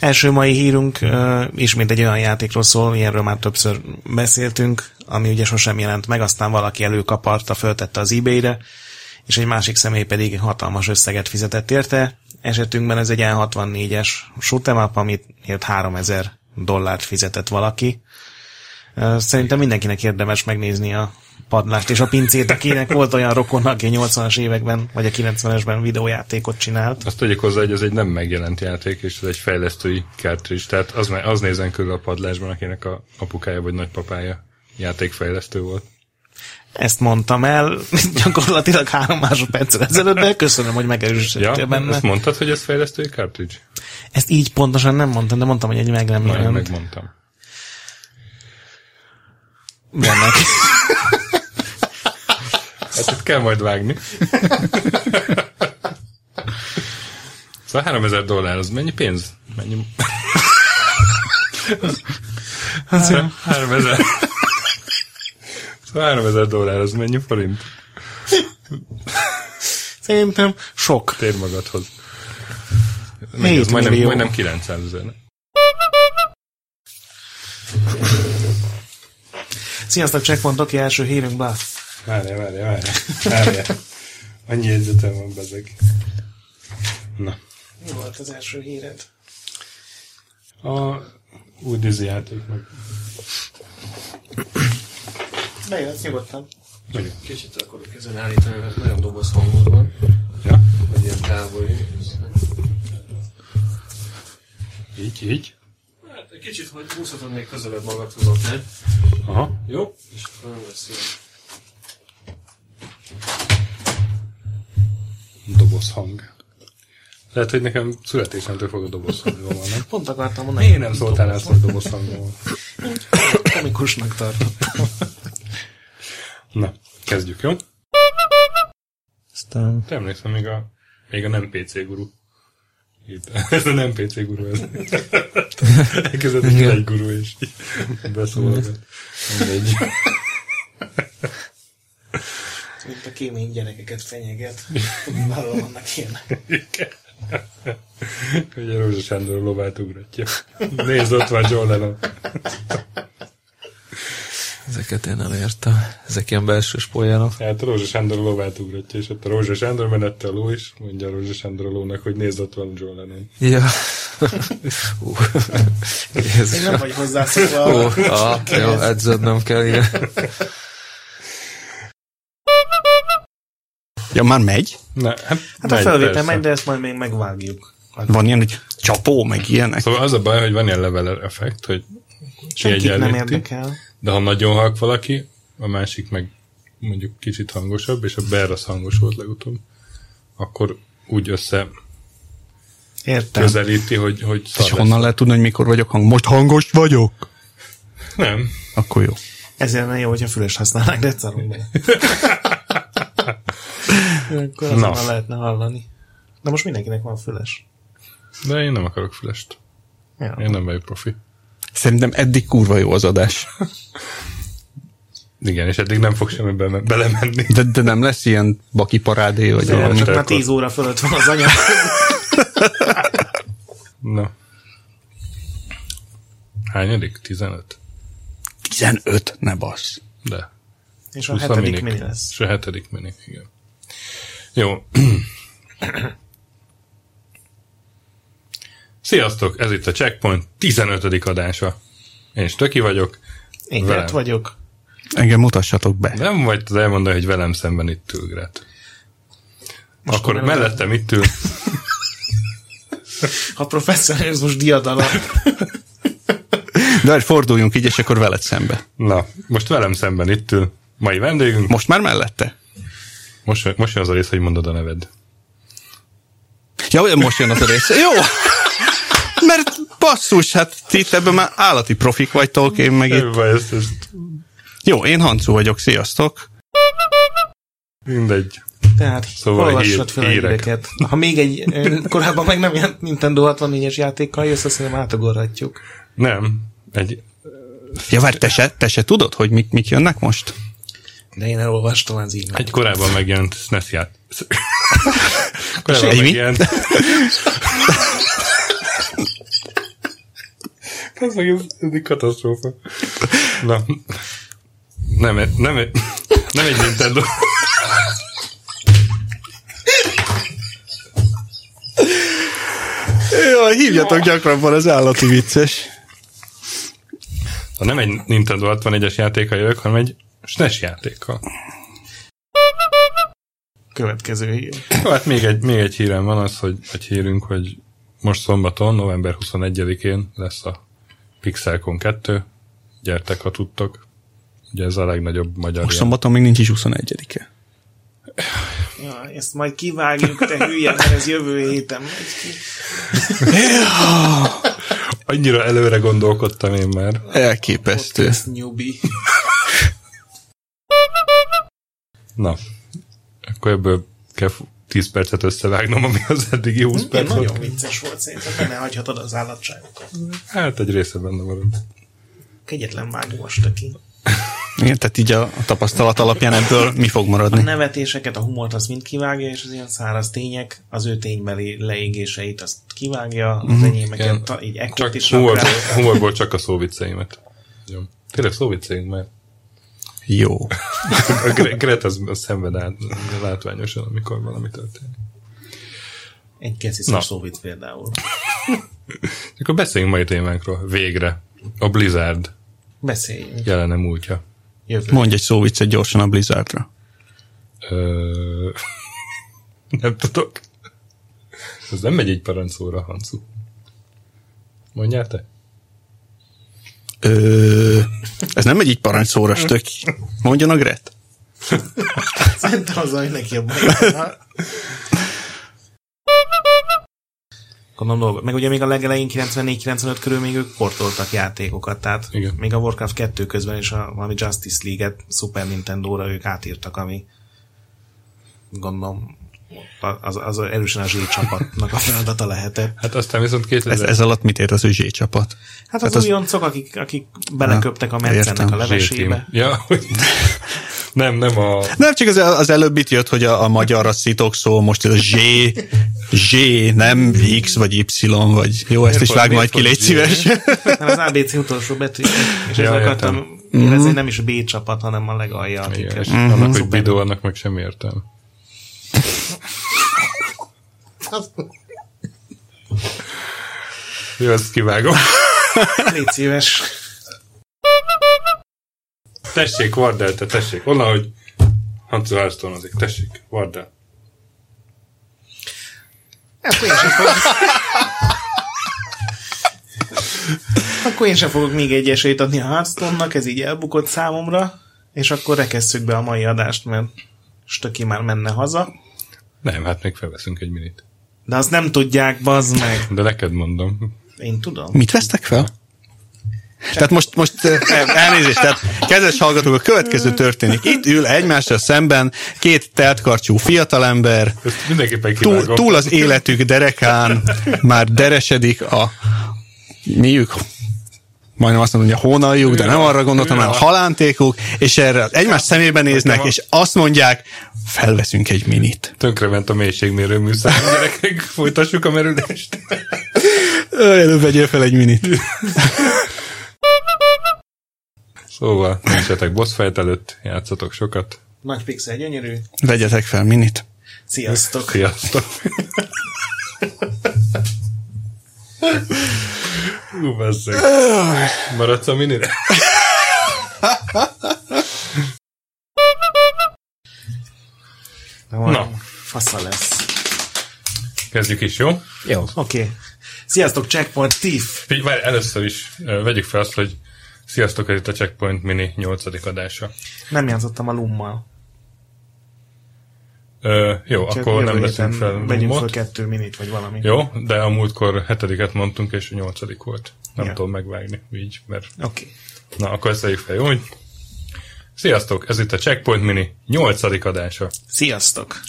Speaker 2: Első mai hírunk uh, ismét egy olyan játékról szól, ilyenről már többször beszéltünk, ami ugye sosem jelent meg, aztán valaki előkaparta, föltette az ebay-re, és egy másik személy pedig hatalmas összeget fizetett érte. Esetünkben ez egy N64-es shoot'em up, amit ért 3000 dollárt fizetett valaki. Ö, Szerintem mindenkinek érdemes megnézni a padlást és a pincét, akinek volt olyan rokon, aki 80-as években vagy a 90-esben videójátékot csinált.
Speaker 1: Azt tegyük hozzá, hogy ez egy nem megjelent játék, és ez egy fejlesztői cartridge, tehát az, me- az nézen körül a padlásban, akinek a apukája vagy nagypapája játékfejlesztő volt.
Speaker 2: Ezt mondtam el gyakorlatilag három másodperccel ezelőtt, de köszönöm, hogy megerősítettél
Speaker 1: Ja,
Speaker 2: benne.
Speaker 1: ezt mondtad, hogy ez fejlesztői cartridge?
Speaker 2: Ezt így pontosan nem mondtam, de mondtam, hogy egy meg nem
Speaker 1: Na, én
Speaker 2: jelent.
Speaker 1: megmondtam.
Speaker 2: Vannak.
Speaker 1: Hát itt kell majd vágni. Szóval 3000 dollár, az mennyi pénz? Mennyi...
Speaker 2: Az jó.
Speaker 1: 3000. Szóval 3000 dollár, az mennyi forint?
Speaker 2: Szerintem sok.
Speaker 1: Tér magadhoz. Mennyi,
Speaker 2: Hét
Speaker 1: ez majdnem,
Speaker 2: millió.
Speaker 1: majdnem 900 ezer.
Speaker 2: Sziasztok, Checkpoint, aki első hírünk Bluff.
Speaker 1: Várja, várja, várja. várja. Annyi jegyzetem van bezeg. Na.
Speaker 2: Mi volt az első híred?
Speaker 1: A Udizi játék meg.
Speaker 2: Bejött, nyugodtan.
Speaker 13: Kicsit akarok ezen állítani, mert nagyon doboz hangod van.
Speaker 1: Ja.
Speaker 13: Vagy ilyen távoli.
Speaker 1: Így, így.
Speaker 13: Hát egy kicsit, hogy húzhatod még közelebb magadhoz akár.
Speaker 1: Aha.
Speaker 13: Jó? És akkor nem lesz ilyen.
Speaker 1: Doboz hang. Lehet, hogy nekem születésemtől fog a doboz hangom van, nem?
Speaker 2: Pont akartam mondani.
Speaker 1: Én nem szóltál el, hogy doboz hangom van.
Speaker 2: Komikusnak tartottam.
Speaker 1: Na, kezdjük, jó?
Speaker 2: Aztán...
Speaker 1: Te emlékszem, még a, még a nem PC guru. Itt, ez a nem PC guru, ez. Elkezdett egy
Speaker 2: Igen.
Speaker 1: egy guru, és így beszólogat. Mindegy.
Speaker 2: Mint a kémény gyerekeket fenyeget. Valahol vannak ilyenek.
Speaker 1: Hogy a Rózsa Sándor a lovát ugratja. Nézd, ott van John Lennon.
Speaker 13: Ezeket én elértem. Ezek ilyen belső poénok.
Speaker 1: Hát a Rózsa Sándor a lovát ugratja, és ott a Rózsa Sándor menette a ló is, mondja a Rózsa Sándor a lónak, hogy nézd, ott van John Lennon.
Speaker 13: Ja. Ú, Jézus.
Speaker 2: Én nem vagy hozzászokva
Speaker 13: Ó,
Speaker 2: arra.
Speaker 13: á, jó, edződnöm kell, igen.
Speaker 11: Ja, már megy?
Speaker 1: Na, hát,
Speaker 2: Hát a felvétel megy, de ezt majd még megvágjuk.
Speaker 11: Van ilyen, hogy csapó, meg ilyenek.
Speaker 1: Szóval az a baj, hogy van ilyen leveler effekt, hogy
Speaker 2: Senkit nem
Speaker 1: kiegyenlíti,
Speaker 2: érdekel.
Speaker 1: de ha nagyon halk valaki, a másik meg mondjuk kicsit hangosabb, és a Bear az hangos volt legutóbb, akkor úgy össze
Speaker 2: Értem.
Speaker 1: közelíti, hogy, hogy szar
Speaker 11: És
Speaker 1: lesz.
Speaker 11: honnan lehet tudni, hogy mikor vagyok hang? Most hangos vagyok?
Speaker 1: Nem.
Speaker 11: Akkor jó.
Speaker 2: Ezért nem jó, hogyha füles használnánk decalomban.
Speaker 1: Na.
Speaker 2: Akkor azonnal lehetne hallani. De most mindenkinek van füles.
Speaker 1: De én nem akarok fülest.
Speaker 2: Ja.
Speaker 1: Én nem vagyok profi.
Speaker 11: Szerintem eddig kurva jó az adás.
Speaker 1: Igen, és eddig nem fog semmibe me- belemenni.
Speaker 11: De, de nem lesz ilyen baki parádé, vagy
Speaker 2: De
Speaker 11: valami.
Speaker 2: csak már 10 óra fölött van az anyag.
Speaker 1: Na. Hányadik? 15?
Speaker 11: 15, ne bassz.
Speaker 1: De.
Speaker 2: És a
Speaker 1: Plusz
Speaker 2: hetedik
Speaker 1: minik.
Speaker 2: mini lesz.
Speaker 1: És a hetedik mini, igen. Jó. Sziasztok, ez itt a Checkpoint 15. adása. Én is Töki vagyok.
Speaker 2: Én
Speaker 1: Velem.
Speaker 2: itt vagyok.
Speaker 11: Engem mutassatok be.
Speaker 1: Nem vagy tudod elmondani, hogy velem szemben itt ül Gret. Most Akkor
Speaker 2: komolyan
Speaker 1: mellettem itt ül
Speaker 2: A professzionalizmus diadala.
Speaker 11: De várj, forduljunk így, és akkor veled szembe.
Speaker 1: Na, most velem szemben itt ül mai vendégünk.
Speaker 11: Most már mellette?
Speaker 1: Most, most jön az a rész, hogy mondod a neved.
Speaker 11: Ja, vagy most jön az a rész. Jó! Mert basszus, hát ti itt ebben már állati profik vagytok, én meg itt. Jó, én Hancu vagyok, sziasztok.
Speaker 1: Mindegy.
Speaker 2: Tehát
Speaker 1: Szóval
Speaker 2: szóval olvassad
Speaker 1: hír-
Speaker 2: fel a
Speaker 1: hírek.
Speaker 2: híreket. Ha még egy ö, korábban meg nem ilyen Nintendo 64-es játékkal jössz, azt hiszem átugorhatjuk.
Speaker 1: Nem. Egy...
Speaker 11: Ja, várj, te se, te se tudod, hogy mik, mik jönnek most?
Speaker 2: De én elolvastam az e
Speaker 1: Egy korábban megjelent SNES ját. korábban
Speaker 11: Egy mi?
Speaker 1: megjelent. Ez meg ez, ez egy katasztrófa. Na. Nem, egy- nem, egy- nem egy Nintendo.
Speaker 11: Jó, hívjatok gyakrabban, az állati vicces.
Speaker 1: Ha nem egy Nintendo 61-es játékkal jövök, hanem egy E SNES játékkal.
Speaker 2: Következő hír.
Speaker 1: Jó, hát még egy, még egy hírem van az, hogy egy hírünk, hogy most szombaton, november 21-én lesz a Pixelcon 2. Gyertek, ha tudtok. Ugye ez a legnagyobb magyar
Speaker 11: Most
Speaker 1: ilyen-
Speaker 11: szombaton még nincs is 21-e.
Speaker 2: Ja, ezt majd kivágjuk, te hülye, mert ez jövő héten megy ki.
Speaker 1: Annyira előre gondolkodtam én már.
Speaker 11: Elképesztő.
Speaker 2: Ez newbie.
Speaker 1: Na, akkor ebből kell fu- 10 percet összevágnom, ami az eddigi 20
Speaker 2: Igen,
Speaker 1: perc
Speaker 2: nagyon
Speaker 1: volt.
Speaker 2: vicces volt szerintem, benne hagyhatod az állatságokat.
Speaker 1: Hát egy része benne van.
Speaker 2: Kegyetlen vágó most aki.
Speaker 11: Igen, tehát így a, a tapasztalat alapján ebből mi fog
Speaker 2: A
Speaker 11: maradni?
Speaker 2: nevetéseket, a humort azt mind kivágja, és az ilyen száraz tények, az ő ténybeli leégéseit azt kivágja, az enyémeket, ta, így ekkort
Speaker 1: Mhm. Csak
Speaker 2: is rak rá.
Speaker 1: humorból, humorból csak a szóvicceimet. Jó. Tényleg szóvicceink, mert
Speaker 11: Jó.
Speaker 1: A Gre- Gret az, az szenved át, látványosan, amikor valami történik.
Speaker 2: Egy
Speaker 1: Na.
Speaker 2: keciszes szóvit például.
Speaker 1: Akkor beszéljünk mai témánkról. Végre. A Blizzard
Speaker 2: Beszéljünk.
Speaker 1: jelene múltja.
Speaker 2: Jövő.
Speaker 11: Mondj egy szó viccet gyorsan a Blizzardra.
Speaker 1: Ö... nem tudok. Ez nem megy egy parancóra, Hancu. Mondjál te?
Speaker 11: Ö, ez nem egy így parancsszóra stök. Mondjon a Gret.
Speaker 2: Szerintem az, ami neki jobban jön. Gondolom dolgok. Meg ugye még a legelején 94-95 körül még ők portoltak játékokat, tehát Igen. még a Warcraft 2 közben is a valami Justice League-et Super Nintendo-ra ők átírtak, ami gondolom a- az, az erősen a zsírcsapatnak a feladata lehetett.
Speaker 1: Hát aztán viszont 2000...
Speaker 11: Ez, ez alatt mit ért az ő zsécsapat?
Speaker 2: Hát az, az újoncok, akik, akik beleköptek a mencennek a levesébe.
Speaker 1: Ja, hogy... nem, nem a...
Speaker 11: Nem, csak az, az előbb itt jött, hogy a, a magyar rasszitok szó, most ez a Z, Z, nem X vagy Y, vagy jó, ezt is
Speaker 2: Miért
Speaker 11: vág
Speaker 2: fog-
Speaker 11: majd ki,
Speaker 2: miért
Speaker 11: légy
Speaker 2: fog Z?
Speaker 11: szíves.
Speaker 2: Nem, az ABC utolsó betű, és
Speaker 1: Ja, értem.
Speaker 2: ja,
Speaker 1: Mhm.
Speaker 2: akartam érezni, hogy nem is a B csapat, hanem a legalja, akik
Speaker 1: Igen, és
Speaker 2: Mhm.
Speaker 1: annak, hogy videó, annak meg sem értem. Jó, ezt kivágom.
Speaker 2: Légy szíves.
Speaker 1: Tessék, Vardel, te tessék. Onnan, hogy Hancu Hearthstone-ozik. Tessék, Vardel.
Speaker 2: Akkor én sem fogok. Akkor én sem fogok még egy esélyt adni a Hearthstone-nak, ez így elbukott számomra, és akkor rekesszük be a mai adást, mert stöki már menne haza.
Speaker 1: Nem, hát még felveszünk egy minit.
Speaker 2: De azt nem tudják, bazd meg.
Speaker 1: De neked mondom.
Speaker 2: Én tudom.
Speaker 11: Mit vesztek fel? Tehát most, most eh, elnézést, tehát kedves hallgatók, a következő történik. Itt ül egymással szemben két teltkarcsú fiatalember,
Speaker 1: Ezt mindenképpen
Speaker 11: túl,
Speaker 1: kivágom.
Speaker 11: túl az életük derekán, már deresedik a miük, majdnem azt mondom, hogy a hónaljuk, de nem arra gondoltam, hanem a halántékuk, és erre egymás szemébe néznek, és azt mondják, felveszünk egy minit.
Speaker 1: Tönkrement a mélységmérő műszer. Gyerekek, folytassuk a merülést.
Speaker 11: Ö, Előbb vegyél fel egy minit.
Speaker 1: Szóval, nincsetek boss fight előtt, játszatok sokat.
Speaker 2: Nagy pixel, gyönyörű.
Speaker 11: Vegyetek fel minit.
Speaker 2: Sziasztok.
Speaker 1: Sziasztok. Hú, basszeg. Maradsz a minire?
Speaker 2: Na. Fasza lesz.
Speaker 1: Kezdjük is, jó?
Speaker 2: Jó. Oké. Okay. Sziasztok, Checkpoint Thief!
Speaker 1: Figy- Várj, először is ö, vegyük fel azt, hogy sziasztok, ez itt a Checkpoint Mini 8. adása.
Speaker 2: Nem játszottam a lummal.
Speaker 1: Ö, jó,
Speaker 2: Csak
Speaker 1: akkor nem
Speaker 2: jövő
Speaker 1: veszünk
Speaker 2: héten
Speaker 1: fel
Speaker 2: Megyünk
Speaker 1: lumot.
Speaker 2: fel kettő minit, vagy valami.
Speaker 1: Jó, de a múltkor hetediket mondtunk, és a nyolcadik volt. Nem
Speaker 2: Ja.
Speaker 1: tudom megvágni, így, mert...
Speaker 2: Oké.
Speaker 1: Na, akkor összejük fel, jó? Sziasztok, ez itt a Checkpoint Mini nyolcadik adása.
Speaker 2: Sziasztok!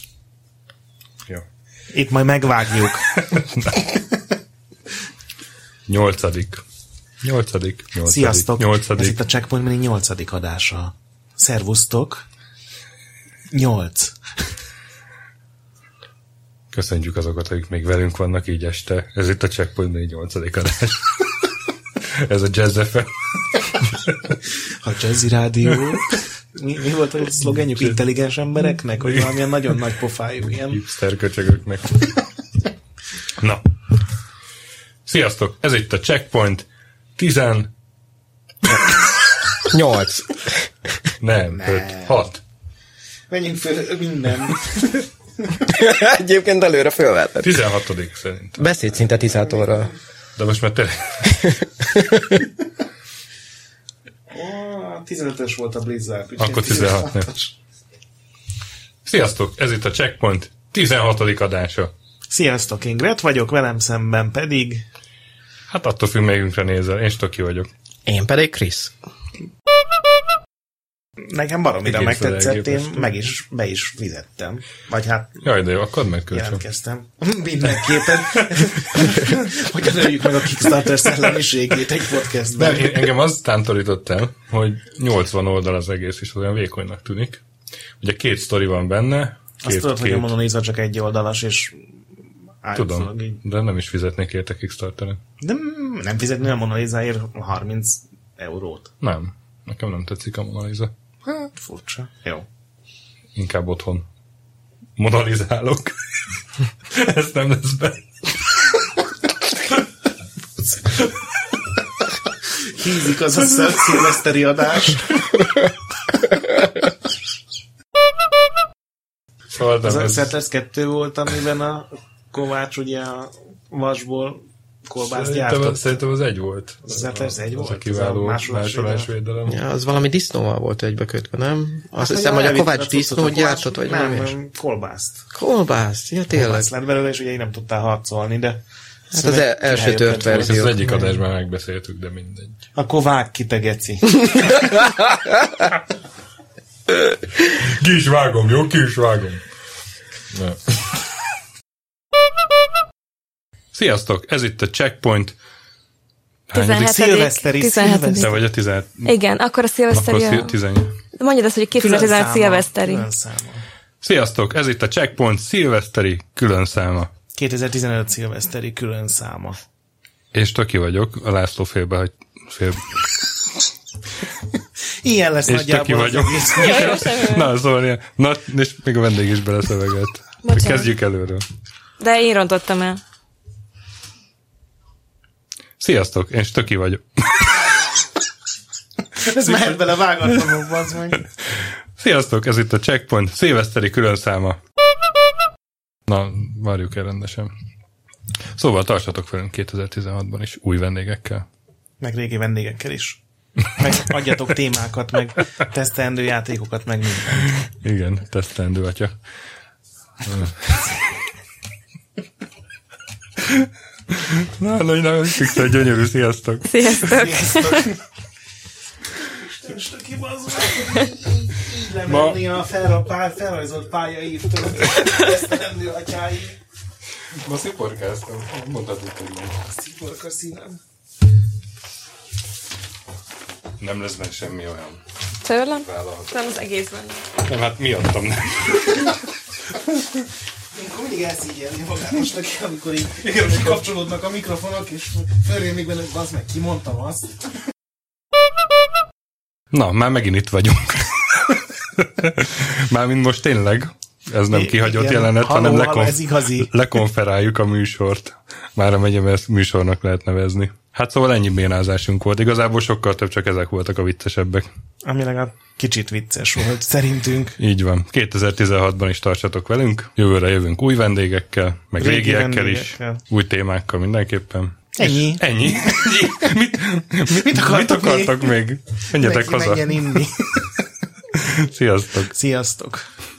Speaker 1: Jó.
Speaker 2: Itt majd megvágjuk.
Speaker 1: Nyolcadik. Nyolcadik. nyolcadik.
Speaker 2: Sziasztok! Ez
Speaker 1: Nyolcadik.
Speaker 2: itt a Checkpoint Mini nyolcadik adása. Szervusztok! Nyolc.
Speaker 1: Köszönjük azokat, akik még velünk vannak így este. Ez itt a Checkpoint Mini nyolcadik adás. ez a Jazz FM.
Speaker 2: A Jazzy Rádió. Mi, mi volt a szlogenjük? Intelligens embereknek? Hogy valamilyen nagyon nagy pofájú ilyen.
Speaker 1: hipster köcsögöknek. Na. Sziasztok, ez itt a Checkpoint 10 8. Nem, 5, 6.
Speaker 2: Menjünk föl minden.
Speaker 14: Egyébként előre fölvetted.
Speaker 1: 16. szerint.
Speaker 14: Beszéd szintetizátorral.
Speaker 1: De most már tényleg.
Speaker 2: Ó, 15-ös volt a Blizzard. úgyhogy
Speaker 1: Akkor 16. nem. Sziasztok, ez itt a Checkpoint 16. adása.
Speaker 2: Sziasztok, én Gret vagyok, velem szemben pedig...
Speaker 1: Hát attól függ, melyikünkre nézel. Én Stoki vagyok.
Speaker 14: Én pedig Krisz.
Speaker 2: Nekem baromira
Speaker 1: Egészen
Speaker 2: megtetszett, én
Speaker 1: elképesztő.
Speaker 2: meg is, be is fizettem. Vagy hát
Speaker 1: Jaj, de jó, akkor meg kölcsön.
Speaker 2: jelentkeztem. Mindenképpen. hogy előjük meg a Kickstarter szellemiségét egy podcastben.
Speaker 1: Nem, én, engem az tántorított el, hogy 80 oldal az egész, és olyan vékonynak tűnik. Ugye két sztori van benne. Két,
Speaker 2: Azt tudod,
Speaker 1: két,
Speaker 2: hogy a Mona Lisa csak egy oldalas, és
Speaker 1: Tudom,
Speaker 2: állítólag így-
Speaker 1: de nem is fizetnék érte kickstarter
Speaker 2: De m- nem fizetnél a Mona Lisáért 30 eurót.
Speaker 1: Nem, nekem nem tetszik a Mona Lisa.
Speaker 2: Hát, furcsa. Jó.
Speaker 1: Inkább otthon monalizálok. Ez nem lesz benne.
Speaker 2: Hízik az a szent szilveszteri adás.
Speaker 1: Szóval
Speaker 2: Az
Speaker 1: nem,
Speaker 2: a
Speaker 1: ez,
Speaker 2: Settlers 2 volt, amiben a Kovács ugye a vasból kolbászt
Speaker 1: szerintem,
Speaker 2: gyártott.
Speaker 1: szerintem az egy volt.
Speaker 2: Az Settlers egy
Speaker 1: Az a
Speaker 2: volt? Az
Speaker 1: kiváló
Speaker 2: a másolás
Speaker 1: másolás védelem.
Speaker 14: Ja, az valami disznóval volt egybekötve, nem? Azt
Speaker 2: Hát,
Speaker 14: hiszem, hogy
Speaker 2: ugye
Speaker 14: a Kovács
Speaker 2: elképzelt
Speaker 14: disznót
Speaker 2: cuccot, a Kovács-
Speaker 14: gyártott, vagy
Speaker 2: nem,
Speaker 14: valami.
Speaker 2: nem, kolbászt.
Speaker 14: Kolbász, ja tényleg.
Speaker 2: Kolbász lett belőle, és ugye így nem tudtál harcolni, de...
Speaker 14: Hát az el- első tört
Speaker 1: Ez
Speaker 14: verzió.
Speaker 1: az egyik adásban megbeszéltük, de mindegy.
Speaker 2: Akkor vág ki, te geci.
Speaker 1: Ki is vágom, jó? Ki is vágom. Na. Sziasztok, ez itt a Checkpoint. Hányadik?
Speaker 15: 17.. Szilveszteri, 17.. szilveszteri.
Speaker 1: Te vagy a 17.
Speaker 15: Igen, akkor a szilveszteri...
Speaker 1: Akkor szil- 18.
Speaker 15: Mondjad azt, hogy a 2016 szilveszteri.
Speaker 1: Sziasztok, ez itt a Checkpoint szilveszteri külön száma.
Speaker 2: 2015 szilveszteri külön száma.
Speaker 1: És Toki vagyok, a László félbe, hogy fél...
Speaker 2: Ilyen lesz
Speaker 1: és Toki
Speaker 2: nagyjából az
Speaker 1: vagyok.
Speaker 2: egész.
Speaker 1: Na, szóval ilyen. Na, és még a vendég is beleszövegelt.
Speaker 15: Bocsánat.
Speaker 1: Kezdjük előről.
Speaker 15: De én rontottam el.
Speaker 1: Sziasztok, én Stöki vagyok.
Speaker 2: Ez mehet bele vágatlanul, bazd meg.
Speaker 1: Sziasztok, ez itt a Checkpoint szilveszteri külön száma. Na, várjuk el rendesen. Szóval tartsatok velünk 2016-ban is új vendégekkel.
Speaker 2: Meg régi vendégekkel is. Meg adjatok témákat, meg tesztelendő játékokat, meg mindent.
Speaker 1: Igen, tesztelendő atya. Na, nagyon, nagyon fixen gyönyörű, sziasztok!
Speaker 15: Sziasztok!
Speaker 1: Ma-
Speaker 2: Lemenni a felra- pá- felrajzolt pályaívtől. Tesztelendő atyáig.
Speaker 1: Ma sziporkáztam, mondhatod, hogy nem.
Speaker 2: Sziporka színem.
Speaker 1: Nem lesz benne semmi olyan.
Speaker 15: Tőlem?
Speaker 1: Vállalhatom.
Speaker 15: Nem az egészben.
Speaker 1: Nem, hát miattam nem.
Speaker 2: Ilyenkor mindig elszígyelni magát most neki, amikor így így kapcsolódnak a mikrofonok, és fölrém még benne, bazd meg, kimondtam azt.
Speaker 1: Na, már megint itt vagyunk. Mármint most tényleg, ez nem
Speaker 2: I-
Speaker 1: kihagyott
Speaker 2: igen.
Speaker 1: jelenet,
Speaker 2: Halló,
Speaker 1: hanem
Speaker 2: halló, ez igazi.
Speaker 1: lekonferáljuk a műsort. Már a megyem ezt műsornak lehet nevezni. Hát szóval ennyi bénázásunk volt. Igazából sokkal több, csak ezek voltak a viccesebbek.
Speaker 2: Ami legalább kicsit vicces volt, szerintünk.
Speaker 1: Így van. 2016-ban is tartsatok velünk. Jövőre jövünk új vendégekkel, meg
Speaker 2: Régi
Speaker 1: régiekkel
Speaker 2: vendégekkel.
Speaker 1: is. Új témákkal mindenképpen.
Speaker 2: Ennyi.
Speaker 1: Ennyi. mit, mit, mit
Speaker 2: akartok még?
Speaker 1: akartak még? Menjetek
Speaker 2: Mindenki
Speaker 1: haza.
Speaker 2: menjen inni.
Speaker 1: Sziasztok.
Speaker 2: Sziasztok.